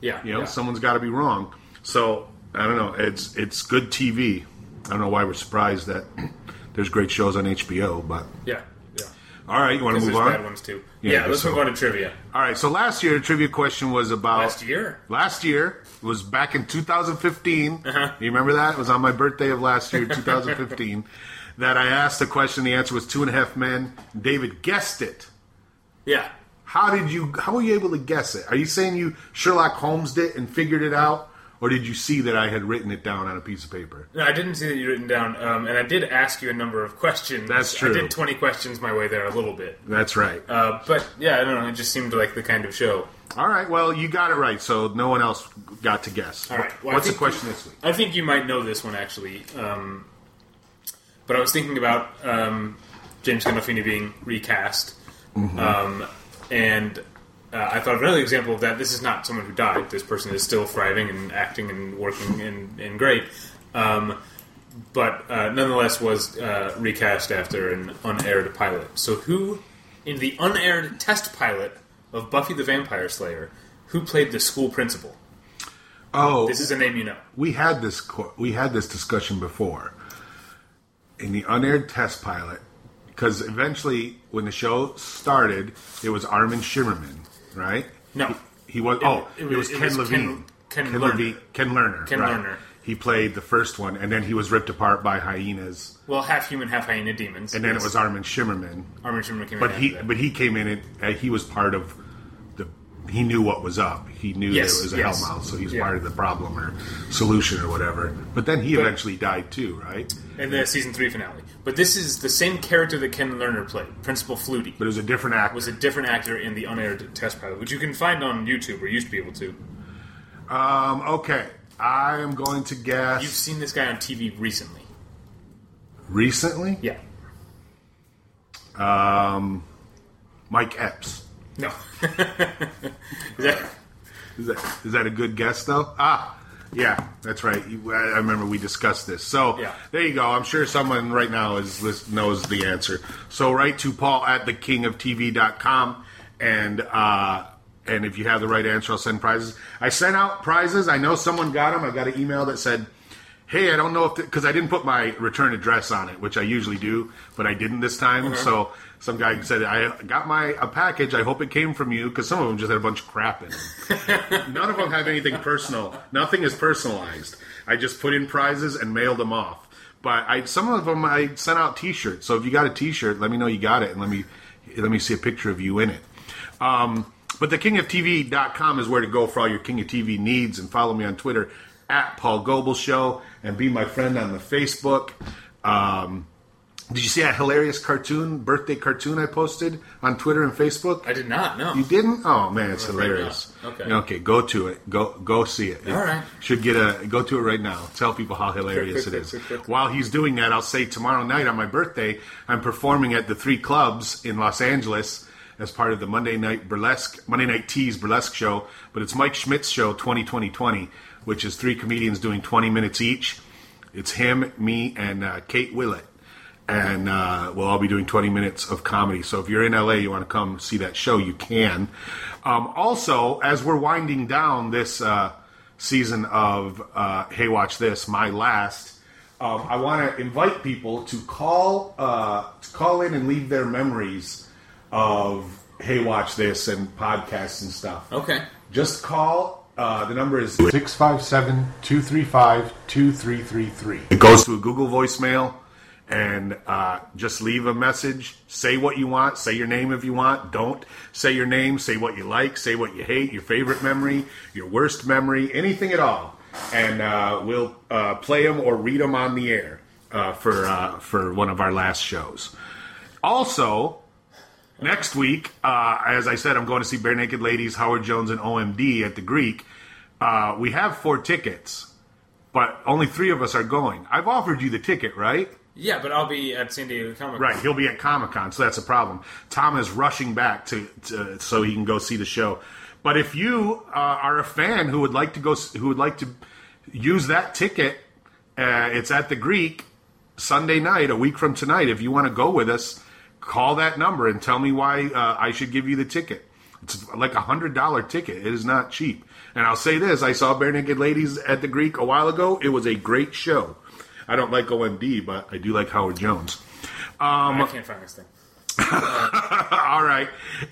[SPEAKER 3] Yeah,
[SPEAKER 2] you know
[SPEAKER 3] yeah.
[SPEAKER 2] someone's got to be wrong so i don't know it's it's good tv i don't know why we're surprised that there's great shows on hbo but
[SPEAKER 3] yeah, yeah.
[SPEAKER 2] all right you want to
[SPEAKER 3] There's
[SPEAKER 2] move
[SPEAKER 3] bad
[SPEAKER 2] on
[SPEAKER 3] ones too.
[SPEAKER 2] Yeah,
[SPEAKER 3] Yeah,
[SPEAKER 2] I
[SPEAKER 3] let's
[SPEAKER 2] guess
[SPEAKER 3] move
[SPEAKER 2] so. Oh.
[SPEAKER 3] on to trivia.
[SPEAKER 2] all right so last year the trivia question was about
[SPEAKER 3] Last year,
[SPEAKER 2] last year was back in 2015.
[SPEAKER 3] Uh-huh.
[SPEAKER 2] You remember that? It was on my birthday of last year, 2015, that I asked the question. The answer was two and a half men. David guessed it.
[SPEAKER 3] yeah,
[SPEAKER 2] How did you? How were you able to guess it? Are you saying you Sherlock Holmes it and figured it out, or did you see that I had written it down on a piece of paper?
[SPEAKER 3] No, I didn't see that you written down, um, and I did ask you a number of questions.
[SPEAKER 2] That's
[SPEAKER 3] I
[SPEAKER 2] true.
[SPEAKER 3] did twenty questions my way there a little bit,
[SPEAKER 2] That's right.
[SPEAKER 3] uh, but yeah, I don't know. It just seemed like the kind of show.
[SPEAKER 2] All right. Well, you got it right. So no one else got to guess.
[SPEAKER 3] All right. Well, I
[SPEAKER 2] What's the
[SPEAKER 3] think-
[SPEAKER 2] question this week?
[SPEAKER 3] I think you might know this one actually, um, but I was thinking about um, James Gandolfini being recast, um, and uh, I thought of another example of that. This is not someone who died. This person is still thriving and acting and working and, and great, um, but uh, nonetheless was uh, recast after an unaired pilot. So who in the unaired test pilot of Buffy the Vampire Slayer? Who played the school principal?
[SPEAKER 2] Oh,
[SPEAKER 3] This is a name you know.
[SPEAKER 2] we had this co- we had this discussion before in the unaired test pilot because eventually when the show started it was Armin Shimmerman right
[SPEAKER 3] No.
[SPEAKER 2] he, he was oh it,
[SPEAKER 3] it
[SPEAKER 2] was
[SPEAKER 3] was- it
[SPEAKER 2] Ken
[SPEAKER 3] was
[SPEAKER 2] Levine
[SPEAKER 3] Ken- Ken
[SPEAKER 2] Levine Ken Lerner
[SPEAKER 3] Ken
[SPEAKER 2] right.
[SPEAKER 3] Lerner.
[SPEAKER 2] he played the first one and then he was ripped apart by hyenas
[SPEAKER 3] Well, half human, half hyena demons.
[SPEAKER 2] and then it was Armin Shimmerman
[SPEAKER 3] Armin Shimmer came
[SPEAKER 2] but
[SPEAKER 3] in
[SPEAKER 2] he
[SPEAKER 3] after that.
[SPEAKER 2] but he came in and uh, he was part of the he knew what was up he knew
[SPEAKER 3] Yes,
[SPEAKER 2] there was a
[SPEAKER 3] yes.
[SPEAKER 2] hellmouth so he was
[SPEAKER 3] Yeah.
[SPEAKER 2] part of the problem or solution or whatever but then he eventually died too right
[SPEAKER 3] in the season three finale. But this is the same character that Ken Lerner played, Principal Flutie.
[SPEAKER 2] but it was a different act
[SPEAKER 3] was a different actor in the unaired test pilot, which you can find on YouTube or used to be able to.
[SPEAKER 2] um okay i am going to guess
[SPEAKER 3] You've seen this guy on TV recently.
[SPEAKER 2] recently
[SPEAKER 3] Yeah.
[SPEAKER 2] mike epps
[SPEAKER 3] No. Is that-
[SPEAKER 2] is that, is that a good guess though ah yeah, that's right. You- I I remember we discussed this. So
[SPEAKER 3] Yeah.
[SPEAKER 2] there you go. I'm sure someone right now is lis- knows the answer. So write to Paul at thekingoftv.com, and uh, and if you have the right answer, I'll send prizes. I sent out prizes. I know someone got them. I got an email that said, "Hey, I don't know if because I didn't put my return address on it, which I usually do, but I didn't this time." So some guy said, "I got my a package. I hope it came from you because some of them just had a bunch of crap in them." None of them have anything personal. Nothing is personalized. I just put in prizes and mailed them off. But I, some of them I sent out T-shirts. So if you got a T-shirt, let me know you got it, and let me let me see a picture of you in it. Um, but the kingoftv.com is where to go for all your King of TV needs, and follow me on Twitter at Paul Goebel Show, and be my friend on the Facebook. Um, did you see that hilarious cartoon, birthday cartoon I posted on Twitter and Facebook?
[SPEAKER 3] I did not know.
[SPEAKER 2] You didn't? Oh man, it's
[SPEAKER 3] afraid
[SPEAKER 2] hilarious.
[SPEAKER 3] not. Okay.
[SPEAKER 2] go to it. Go go see it. It
[SPEAKER 3] All right.
[SPEAKER 2] Should get a go to it right now. Tell people how hilarious it
[SPEAKER 3] Quick,
[SPEAKER 2] is.
[SPEAKER 3] quick, quick, quick.
[SPEAKER 2] While he's doing that, I'll say tomorrow night on my birthday, I'm performing at the three clubs in Los Angeles as part of the Monday night burlesque Monday night tease burlesque show. But it's Mike Schmidt's show 2020, which is three comedians doing 20 minutes each. It's him, me, and uh, Kate Willett and uh, we'll all be doing 20 minutes of comedy. So if you're in LA, you want to come see that show, you can. Um, also, as we're winding down this uh, season of uh, Hey Watch This, my last, um, I want to invite people to call uh, to call in and leave their memories of Hey Watch This and podcasts and stuff.
[SPEAKER 3] Okay.
[SPEAKER 2] Just call. Uh, the number is 657 235 2333. It goes to a Google voicemail and uh, just leave a message. Say what you want. Say your name if you want. Don't say your name. Say what you like. Say what you hate. Your favorite memory. Your worst memory. Anything at all. And uh, we'll uh, play them or read them on the air uh, for, uh, for one of our last shows. Also, next week, uh, as I said, I'm going to see Bare Naked Ladies, Howard Jones, and OMD at the Greek. Uh, we have four tickets, but only three of us are going. I've offered you the ticket, right?
[SPEAKER 3] Yeah, but I'll be at San Diego Comic Con.
[SPEAKER 2] Right. He'll be at Comic Con, so that's a problem. Tom is rushing back to, to so he can go see the show. But if you uh, are a fan who would like to go, s- who would like to use that ticket, uh, it's at the Greek Sunday night, a week from tonight. If you want to go with us, call that number and tell me why uh, I should give you the ticket. It's like a hundred dollar ticket. It is not cheap. And I'll say this: I saw Bare Naked Ladies at the Greek a while ago. It was a great show. I don't like OMD, but I do like Howard Jones. Um,
[SPEAKER 3] I can't find this thing.
[SPEAKER 2] All right.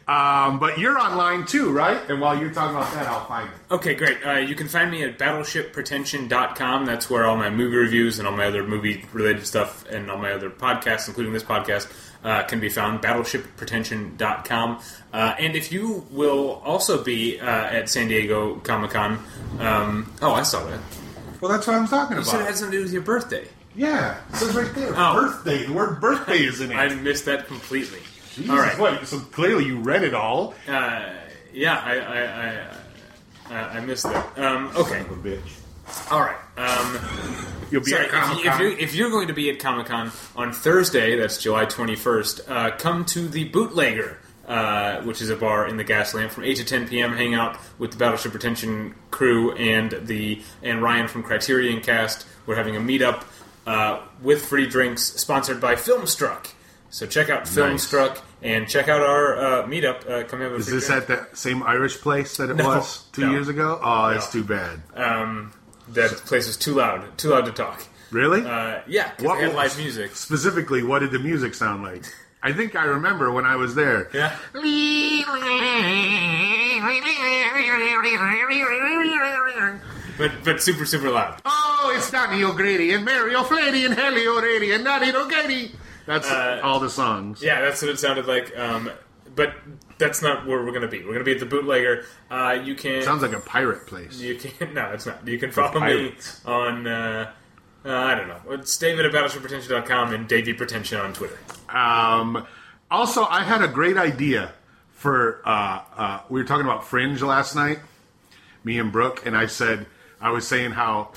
[SPEAKER 2] Um, but you're online too, right? And while you're talking about that, I'll find it.
[SPEAKER 3] Okay, great. Uh, you can find me at battleshippretension.com. That's where all my movie reviews and all my other movie related stuff and all my other podcasts, including this podcast, uh, can be found. Battleshippretension.com. Uh, and if you will also be uh, at San Diego Comic Con, um, oh, I saw that.
[SPEAKER 2] Well, that's what I'm talking
[SPEAKER 3] You should have
[SPEAKER 2] about.
[SPEAKER 3] had something to do with your birthday.
[SPEAKER 2] yeah. It says right there.
[SPEAKER 3] Oh.
[SPEAKER 2] Birthday. The word birthday is in it.
[SPEAKER 3] I missed that completely.
[SPEAKER 2] Jesus,
[SPEAKER 3] all right.
[SPEAKER 2] what? So clearly you read it all.
[SPEAKER 3] Uh, Yeah, I I I, I, I missed that. Um, okay,
[SPEAKER 4] Son of a bitch.
[SPEAKER 3] all right. Um,
[SPEAKER 2] You'll be
[SPEAKER 3] Sorry,
[SPEAKER 2] at Comic
[SPEAKER 3] if, you, if, you're, if you're going to be at Comic Con on Thursday, that's July 21st, uh, come to the Bootlegger, uh, which is a bar in the Gaslamp from 8 to 10 p.m. Hang out with the Battleship Retention crew and the and Ryan from Criterion Cast. We're having a meetup uh, with free drinks, sponsored by Filmstruck. So check out Filmstruck and check out our uh, meetup. Uh, come have a
[SPEAKER 2] Is
[SPEAKER 3] free
[SPEAKER 2] this
[SPEAKER 3] drink.
[SPEAKER 2] at the same Irish place that it
[SPEAKER 3] No.
[SPEAKER 2] was two
[SPEAKER 3] No.
[SPEAKER 2] years ago? Oh, that's too bad.
[SPEAKER 3] that place was too loud, too loud to talk.
[SPEAKER 2] really?
[SPEAKER 3] Uh, yeah, 'cause
[SPEAKER 2] What
[SPEAKER 3] they had
[SPEAKER 2] was-
[SPEAKER 3] live music.
[SPEAKER 2] Specifically, what did the music sound like? I think I remember when I was there.
[SPEAKER 3] Yeah. But but super super loud.
[SPEAKER 2] Oh, it's Danny O'Grady and Mary O'Flady and Helly O'Grady and Danny O'Grady. That's all the songs.
[SPEAKER 3] Yeah, that's what it sounded like. Um, but that's not where we're gonna be. We're gonna be at the bootlegger. Uh, you can
[SPEAKER 2] Sounds like a pirate place.
[SPEAKER 3] you can no, it's not. You can follow me
[SPEAKER 2] pirates.
[SPEAKER 3] on uh, uh, I don't know. It's David at battleshipretention.com and Davey Pretension on Twitter.
[SPEAKER 2] Um, also, I had a great idea for. Uh, uh, we were talking about Fringe last night, me and Brooke, and I said I was saying how,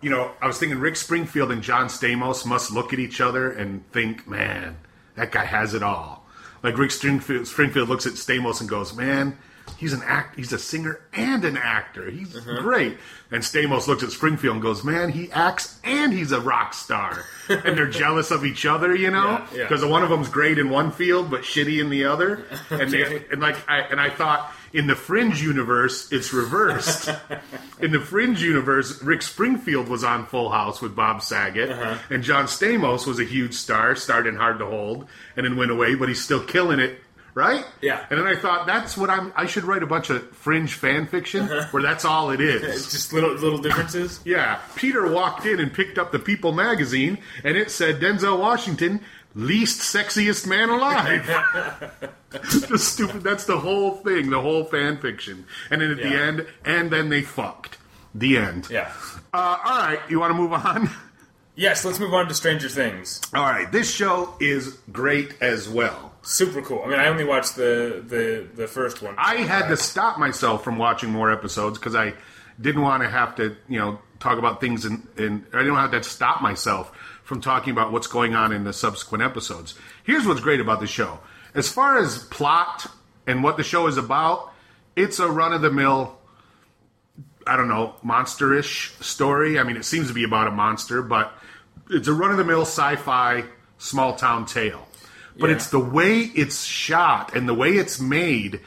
[SPEAKER 2] you know, I was thinking Rick Springfield and John Stamos must look at each other and think, man, that guy has it all. Like Rick Springfield, Springfield looks at Stamos and goes, man. He's an act. He's a singer and an actor. He's
[SPEAKER 3] Mm-hmm.
[SPEAKER 2] great. And Stamos looks at Springfield and goes, "Man, he acts and he's a rock star." and they're jealous of each other, you know,
[SPEAKER 3] Yeah, yeah.
[SPEAKER 2] because the one of them's great in one field but shitty in the other. And they, and like I and I thought in the Fringe universe it's reversed. in the Fringe universe, Rick Springfield was on Full House with Bob Saget,
[SPEAKER 3] Uh-huh.
[SPEAKER 2] and John Stamos was a huge star, starred in Hard to Hold, and then went away, but he's still killing it. Right?
[SPEAKER 3] Yeah.
[SPEAKER 2] And then I thought that's what I'm. I should write a bunch of fringe fan fiction
[SPEAKER 3] Uh-huh.
[SPEAKER 2] where that's all it is.
[SPEAKER 3] It's just little little differences.
[SPEAKER 2] Yeah, Peter walked in and picked up the People magazine, and it said Denzel Washington, least sexiest man alive. the stupid. That's the whole thing, the whole fan fiction. And then at the
[SPEAKER 3] Yeah.
[SPEAKER 2] end, and then they fucked. The end.
[SPEAKER 3] Yeah.
[SPEAKER 2] Uh, all right, you want to move on?
[SPEAKER 3] Yes, let's move on to Stranger Things.
[SPEAKER 2] All right, this show is great as well.
[SPEAKER 3] Super cool. I mean, I only watched the the, the first one.
[SPEAKER 2] I had to stop myself from watching more episodes because I didn't want to have to, you know, talk about things and and I didn't have to stop myself from talking about what's going on in the subsequent episodes. Here's what's great about the show. As far as plot and what the show is about, it's a run of the mill I don't know, monsterish story. I mean, it seems to be about a monster, but it's a run of the mill sci fi small town tale. But
[SPEAKER 3] Yeah.
[SPEAKER 2] it's the way it's shot and the way it's made.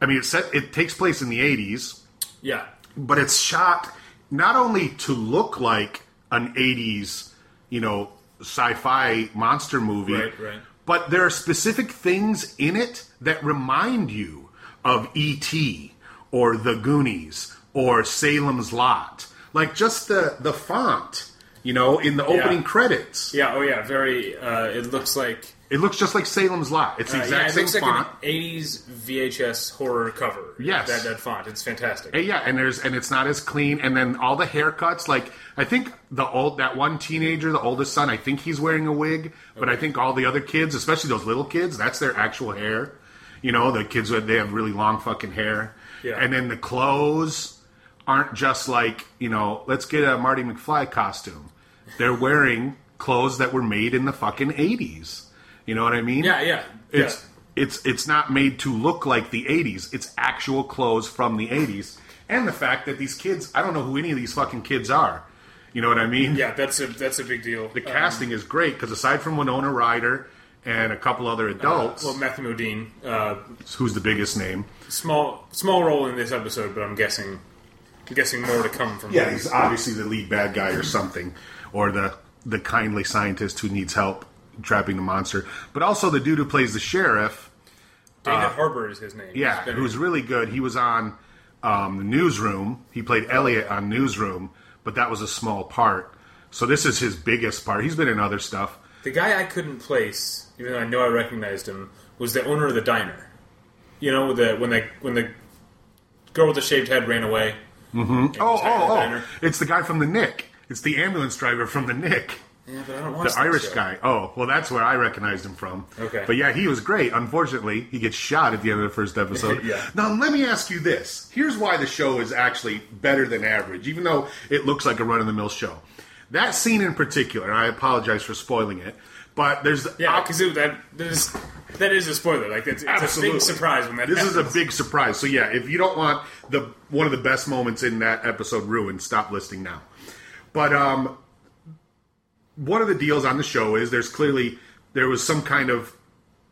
[SPEAKER 2] I mean, it set it takes place in the '80s,
[SPEAKER 3] yeah.
[SPEAKER 2] but it's shot not only to look like an '80s, you know, sci-fi monster movie,
[SPEAKER 3] Right, right.
[SPEAKER 2] but there are specific things in it that remind you of E.T. or The Goonies or Salem's Lot. Like just the the font, you know, in the opening credits.
[SPEAKER 3] Yeah. Oh yeah. Very. Uh, it looks like.
[SPEAKER 2] It looks just like Salem's Lot. It's the
[SPEAKER 3] Uh,
[SPEAKER 2] exact
[SPEAKER 3] yeah, it
[SPEAKER 2] same
[SPEAKER 3] looks like
[SPEAKER 2] font.
[SPEAKER 3] an 80s VHS horror cover.
[SPEAKER 2] Yes.
[SPEAKER 3] That, that font. It's fantastic.
[SPEAKER 2] And yeah, and there's and it's not as clean. And then all the haircuts, like I think the old that one teenager, the oldest son, I think he's wearing a wig. But I think all the other kids, especially those little kids, that's their actual hair. You know, the kids with- they have really long fucking hair.
[SPEAKER 3] Yeah.
[SPEAKER 2] And then the clothes aren't just like you know, let's get a Marty McFly costume. They're wearing clothes that were made in the fucking eighties. You know what I mean?
[SPEAKER 3] Yeah, yeah.
[SPEAKER 2] It's
[SPEAKER 3] yeah.
[SPEAKER 2] it's it's not made to look like the '80s. It's actual clothes from the '80s, and the fact that these kids—I don't know who any of these fucking kids are. You know what I mean?
[SPEAKER 3] Yeah, that's a that's a big deal.
[SPEAKER 2] The casting is great because aside from Winona Ryder and a couple other adults,
[SPEAKER 3] well, Matthew Modine, uh,
[SPEAKER 2] who's the biggest name?
[SPEAKER 3] small small role in this episode, but I'm guessing I'm guessing more to come from.
[SPEAKER 2] Yeah,
[SPEAKER 3] him.
[SPEAKER 2] he's obviously the lead bad guy or something, or the the kindly scientist who needs help trapping the monster. But also the dude who plays the sheriff.
[SPEAKER 3] David Harbour is his name.
[SPEAKER 2] Uh, Yeah,
[SPEAKER 3] He's been-
[SPEAKER 2] who's really good. He was on um, the Newsroom. He played Elliot on Newsroom, but that was a small part. So this is his biggest part. He's been in other stuff.
[SPEAKER 3] the guy I couldn't place, even though I know I recognized him, was the owner of the diner. You know, the when the when the girl with the shaved head ran away.
[SPEAKER 2] Oh,
[SPEAKER 3] He's back in the
[SPEAKER 2] oh, oh!
[SPEAKER 3] diner.
[SPEAKER 2] It's the guy from the Nick. It's the ambulance driver from the Nick.
[SPEAKER 3] Yeah, but I don't watch
[SPEAKER 2] the
[SPEAKER 3] that
[SPEAKER 2] Irish
[SPEAKER 3] show.
[SPEAKER 2] guy. Oh, well, that's where I recognized him from.
[SPEAKER 3] Okay.
[SPEAKER 2] But yeah, he was great. Unfortunately, he gets shot at the end of the first episode.
[SPEAKER 3] Yeah.
[SPEAKER 2] Now, let me ask you this. Here's why the show is actually better than average, even though it looks like a run of the mill show. That scene in particular, and I apologize for spoiling it, but there's.
[SPEAKER 3] Yeah, because that there's, that is a spoiler. Like it's, it's a
[SPEAKER 2] Absolutely.
[SPEAKER 3] big surprise when that.
[SPEAKER 2] This is a
[SPEAKER 3] happens.
[SPEAKER 2] big surprise. So yeah, if you don't want the one of the best moments in that episode ruined, stop listening now. But um, one of the deals on the show is there's clearly there was some kind of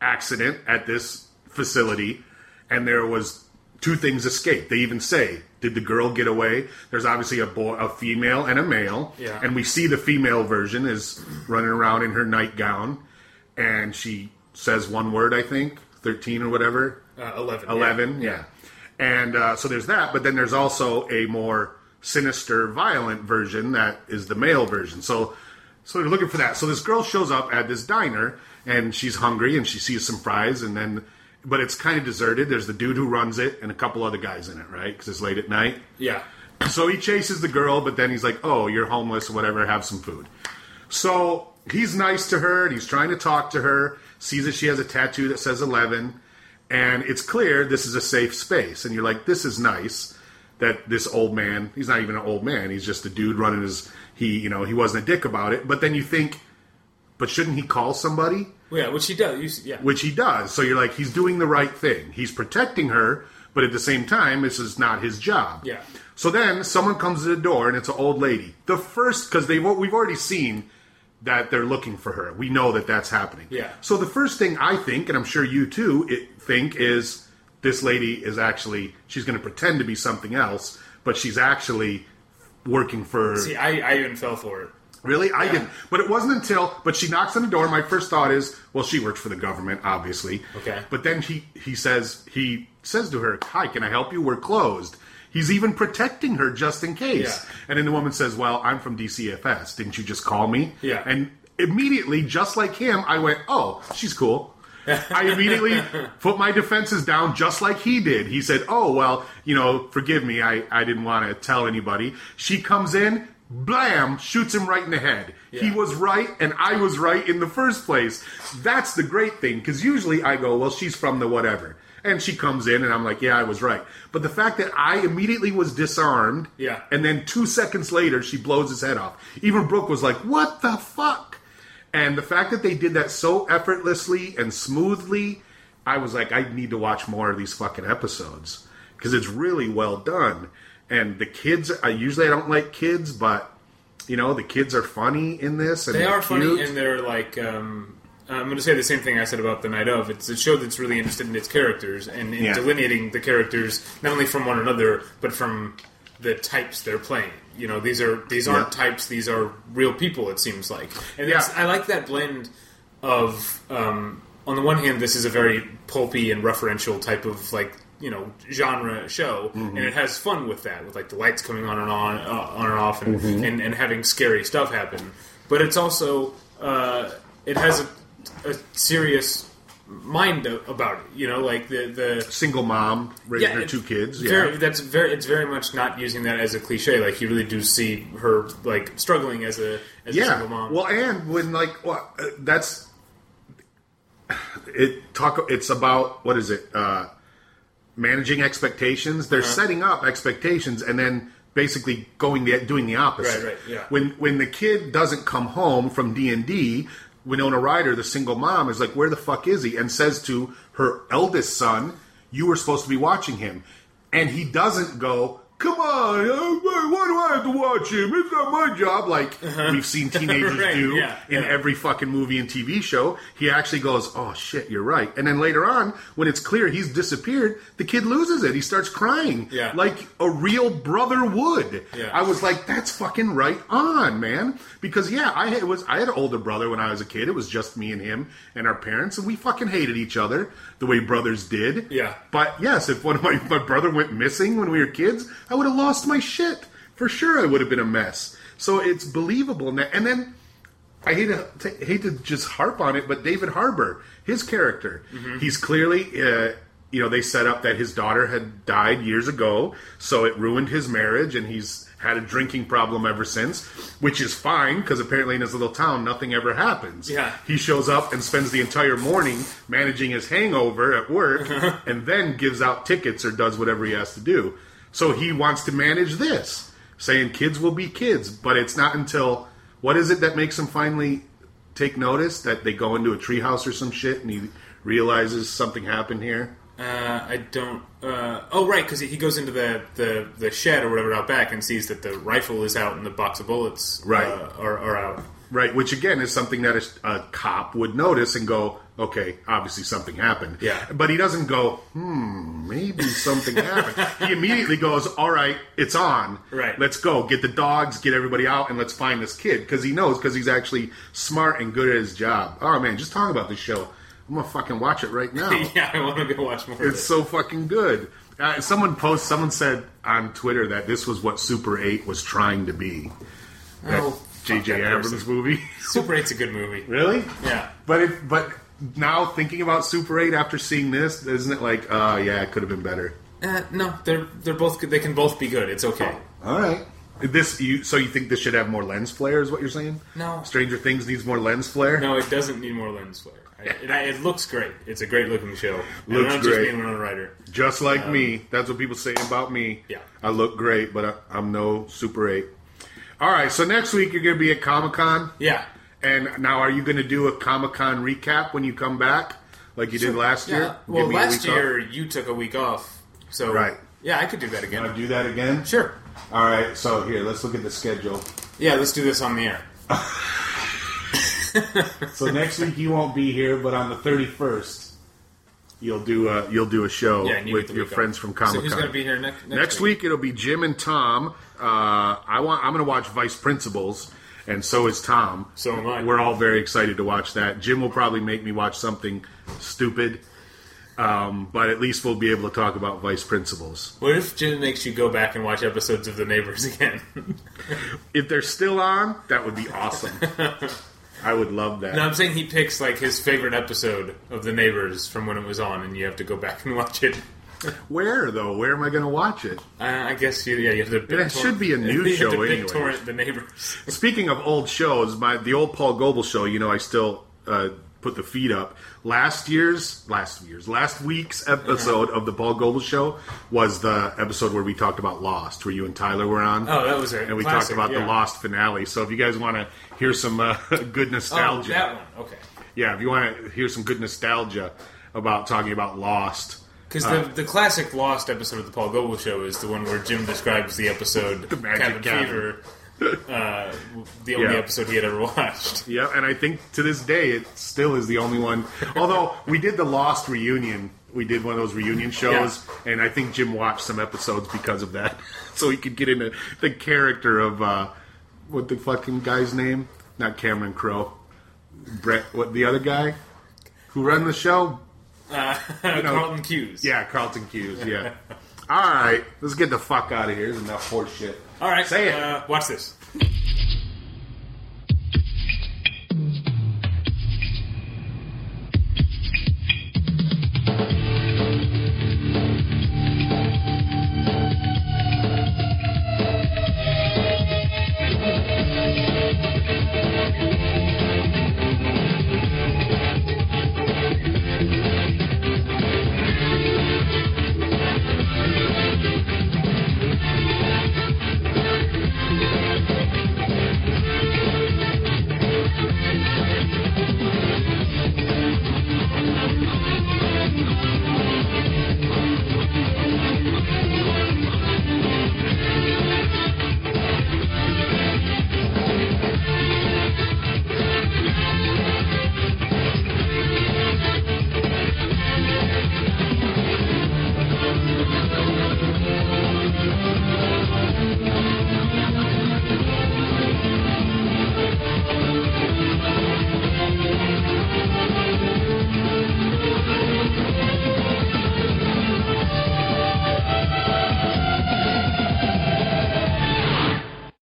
[SPEAKER 2] accident at this facility, and there was two things escaped. They even say, "Did the girl get away?" There's obviously a boy, a female, and a male,
[SPEAKER 3] Yeah.
[SPEAKER 2] and we see the female version is running around in her nightgown, and she says one word, I think, thirteen or whatever.
[SPEAKER 3] uh, eleven. yeah.
[SPEAKER 2] 11 yeah, and uh, so there's that but then there's also a more sinister violent version that is the male version so so they're looking for that so this girl shows up at this diner and she's hungry and she sees some fries and then but it's kind of deserted there's the dude who runs it and a couple other guys in it right because it's late at night
[SPEAKER 3] Yeah.
[SPEAKER 2] so he chases the girl, but then he's like, "Oh, you're homeless, whatever. Have some food." So he's nice to her, and he's trying to talk to her. Sees that she has a tattoo that says eleven, and it's clear this is a safe space. And you're like, "This is nice." That this old man, he's not even an old man. He's just a dude running his. He, you know, he wasn't a dick about it. But then you think, but shouldn't he call somebody?
[SPEAKER 3] Yeah, which he does. You, s- yeah.
[SPEAKER 2] which he does. So you're like, he's doing the right thing. He's protecting her, but at the same time, this is not his job.
[SPEAKER 3] Yeah.
[SPEAKER 2] So then someone comes to the door, and it's an old lady. The first, because they've we've already seen that they're looking for her. We know that that's happening.
[SPEAKER 3] Yeah.
[SPEAKER 2] So the first thing I think, and I'm sure you too it, think, is this lady is actually she's going to pretend to be something else, but she's actually working for
[SPEAKER 3] See, I, I even fell for it.
[SPEAKER 2] Really? I didn't. But it wasn't until but she knocks on the door. My first thought is, well, she worked for the government, obviously.
[SPEAKER 3] Okay.
[SPEAKER 2] But then he he says he says to her, "Hi, can I help you? We're closed." He's even protecting her just in case.
[SPEAKER 3] Yeah.
[SPEAKER 2] And then the woman says, "Well, I'm from DCFS. Didn't you just call me?"
[SPEAKER 3] Yeah.
[SPEAKER 2] And immediately, just like him, I went, "Oh, she's cool." I immediately put my defenses down just like he did. He said, Oh, well, you know, forgive me. I, I didn't want to tell anybody. She comes in, blam, shoots him right in the head. He
[SPEAKER 3] Yeah.
[SPEAKER 2] was right, and I was right in the first place. That's the great thing, because usually I go, Well, she's from the whatever. And she comes in, and I'm like, Yeah, I was right. But the fact that I immediately was disarmed,
[SPEAKER 3] Yeah.
[SPEAKER 2] and then two seconds later, she blows his head off. Even Brooke was like, What the fuck? And the fact that they did that so effortlessly and smoothly, I was like, I need to watch more of these fucking episodes because it's really well done. And the kids, I usually I don't like kids, but you know the kids are funny in this, and
[SPEAKER 3] They
[SPEAKER 2] they're
[SPEAKER 3] are funny,
[SPEAKER 2] cute.
[SPEAKER 3] and they're like. Um, I'm going to say the same thing I said about the night of. It's a show that's really interested in its characters and in
[SPEAKER 2] Yeah.
[SPEAKER 3] delineating the characters not only from one another but from the types they're playing. You know, these are these aren't
[SPEAKER 2] Yeah.
[SPEAKER 3] types; these are real people. It seems like, and
[SPEAKER 2] Yeah.
[SPEAKER 3] it's, I like that blend of. Um, on the one hand, this is a very pulpy and referential type of like you know genre show, and it has fun with that, with like the lights coming on and on, uh, on and off, and, and, and having scary stuff happen. But it's also uh, it has a, a serious mind a- about it. You know, like the the
[SPEAKER 2] Single mom raising her
[SPEAKER 3] it's
[SPEAKER 2] two kids. Yeah,
[SPEAKER 3] Very, that's very. It's very much not using that as a cliche. Like you really do see her like struggling as a as a
[SPEAKER 2] yeah.
[SPEAKER 3] single mom.
[SPEAKER 2] Well, and when like well, uh, that's it talk it's about what is it uh managing expectations they're
[SPEAKER 3] Uh-huh.
[SPEAKER 2] setting up expectations and then basically going the doing the opposite
[SPEAKER 3] Right, right, yeah.
[SPEAKER 2] when when the kid doesn't come home from d&d winona ryder the single mom is like where the fuck is he and says to her eldest son you were supposed to be watching him and he doesn't go come on uh, why do i have to watch him it's not my job like we've seen teenagers
[SPEAKER 3] Uh-huh. Right,
[SPEAKER 2] do
[SPEAKER 3] yeah,
[SPEAKER 2] in
[SPEAKER 3] yeah.
[SPEAKER 2] every every fucking movie and TV show, he actually goes, "Oh shit, you're right." And then later on, when it's clear he's disappeared, the kid loses it. He starts crying,
[SPEAKER 3] Yeah.
[SPEAKER 2] like a real brother would.
[SPEAKER 3] Yeah.
[SPEAKER 2] I was like, "That's fucking right on, man." Because yeah, I had- was I had an older brother when I was a kid. It was just me and him and our parents, and we fucking hated each other the way brothers did.
[SPEAKER 3] Yeah.
[SPEAKER 2] But yes, if one of my my brother went missing when we were kids, I would have lost my shit for sure. I would have been a mess. So it's believable, now. and then. I hate to t- hate to just harp on it, but David Harbour, his character, he's clearly uh, you know, they set up that his daughter had died years ago, so it ruined his marriage, and he's had a drinking problem ever since, which is fine because apparently in his little town nothing ever happens.
[SPEAKER 3] Yeah.
[SPEAKER 2] he shows up and spends the entire morning managing his hangover at work, and then gives out tickets or does whatever he has to do. So he wants to manage this, saying kids will be kids, but it's not until what is it that makes him finally take notice that they go into a treehouse or some shit, and he realizes something happened here.
[SPEAKER 3] Uh, I don't. Uh, oh, right, because he goes into the, the, the shed or whatever out back and sees that the rifle is out and the box of bullets
[SPEAKER 2] Right.
[SPEAKER 3] uh, are, are out.
[SPEAKER 2] Right, which again is something that a, a cop would notice and go, okay, obviously something happened.
[SPEAKER 3] Yeah.
[SPEAKER 2] But he doesn't go, hmm, maybe something happened. He immediately goes, all right, it's on.
[SPEAKER 3] Right.
[SPEAKER 2] Let's go. Get the dogs, get everybody out, and let's find this kid. Because he knows, because he's actually smart and good at his job. Oh, man, just talk about this show. I'm going to fucking watch it right now.
[SPEAKER 3] yeah, I want to go watch more. of
[SPEAKER 2] It's
[SPEAKER 3] it.
[SPEAKER 2] so fucking good. Uh, someone post, someone said on Twitter that this was what Super 8 was trying to be. That
[SPEAKER 3] Oh, fuck
[SPEAKER 2] J.J.
[SPEAKER 3] that
[SPEAKER 2] Abrams
[SPEAKER 3] person.
[SPEAKER 2] movie.
[SPEAKER 3] Super 8's a good movie.
[SPEAKER 2] Really?
[SPEAKER 3] Yeah.
[SPEAKER 2] But it, but now thinking about Super 8 after seeing this, isn't it like, uh, yeah, it could have been better.
[SPEAKER 3] Uh, no, they're they're both good. They can both be good. It's okay.
[SPEAKER 2] All right. This you so you think this should have more lens flare is what you're saying?
[SPEAKER 3] No.
[SPEAKER 2] Stranger Things needs more lens flare.
[SPEAKER 3] No, it doesn't need more lens flare. I, it, I- it looks great. It's a great looking show. And
[SPEAKER 2] Looks
[SPEAKER 3] I'm not
[SPEAKER 2] great.
[SPEAKER 3] just being a writer.
[SPEAKER 2] Just like me, that's what people say about me.
[SPEAKER 3] Yeah.
[SPEAKER 2] I look great, but I, I'm no Super 8. All right. So next week you're going to be at Comic Con,
[SPEAKER 3] Yeah.
[SPEAKER 2] and now are you going to do a Comic Con recap when you come back, like you did last
[SPEAKER 3] Yeah.
[SPEAKER 2] year?
[SPEAKER 3] Well,
[SPEAKER 2] Give me a
[SPEAKER 3] last
[SPEAKER 2] week off?
[SPEAKER 3] year you took a week off, so
[SPEAKER 2] Right.
[SPEAKER 3] Yeah, I could do that again.
[SPEAKER 2] Wanna do that again.
[SPEAKER 3] Sure.
[SPEAKER 2] All right. So here, let's look at the schedule.
[SPEAKER 3] Yeah, let's do this on the air.
[SPEAKER 2] So next week you won't be here, but on the thirty first, you'll do a you'll do a show
[SPEAKER 3] Yeah, and you get
[SPEAKER 2] with
[SPEAKER 3] the
[SPEAKER 2] your
[SPEAKER 3] week off.
[SPEAKER 2] friends from Comic Con.
[SPEAKER 3] So who's going to be here next next,
[SPEAKER 2] next week? It'll be Jim and Tom. Uh, I want I'm going to watch Vice Principals, and so is Tom.
[SPEAKER 3] So am I.
[SPEAKER 2] We're all very excited to watch that. Jim will probably make me watch something stupid, um, but at least we'll be able to talk about Vice Principals.
[SPEAKER 3] What if Jim makes you go back and watch episodes of The Neighbors again?
[SPEAKER 2] If they're still on, that would be awesome. I would love that.
[SPEAKER 3] no, I'm saying he picks like his favorite episode of The Neighbors from when it was on, and you have to go back and watch it.
[SPEAKER 2] Where though? Where am I going to watch it?
[SPEAKER 3] Uh, I guess you, yeah, you have to. Big
[SPEAKER 2] That should be a new
[SPEAKER 3] you
[SPEAKER 2] show
[SPEAKER 3] have to big
[SPEAKER 2] anyway.
[SPEAKER 3] torrent the neighbors.
[SPEAKER 2] Speaking of old shows, my the old Paul Goebel show. You know, I still uh, put the feed up. Last year's, last year's, last week's episode of the Paul Goebel show was the episode where we talked about Lost, where you and Tyler were on.
[SPEAKER 3] Oh, that was a
[SPEAKER 2] and we
[SPEAKER 3] classic,
[SPEAKER 2] talked about
[SPEAKER 3] yeah.
[SPEAKER 2] the Lost finale. So if you guys want to hear some uh, good
[SPEAKER 3] Oh,
[SPEAKER 2] nostalgia,
[SPEAKER 3] that one. Okay.
[SPEAKER 2] yeah, if you want to hear some good nostalgia about talking about Lost.
[SPEAKER 3] Because
[SPEAKER 2] Ah.
[SPEAKER 3] the, the classic Lost episode of the Paul Goebel Show is the one where Jim describes the episode the
[SPEAKER 2] Magic
[SPEAKER 3] Cabin
[SPEAKER 2] Cabin.
[SPEAKER 3] Fever, uh, the only
[SPEAKER 2] Yeah.
[SPEAKER 3] episode he had ever watched.
[SPEAKER 2] Yeah, and I think to this day it still is the only one. Although we did the Lost reunion, we did one of those reunion shows, and I think Jim watched some episodes because of that, so he could get into the character of uh, what the fucking guy's name? Not Cameron Crowe, Brett. What the other guy who run the show? know-
[SPEAKER 3] Uh, Carlton Cuse.
[SPEAKER 2] Yeah, Carlton Hughes. Yeah. All right, let's get the fuck out of here. There's enough horse shit.
[SPEAKER 3] All right.
[SPEAKER 2] say it.
[SPEAKER 3] Uh, watch this.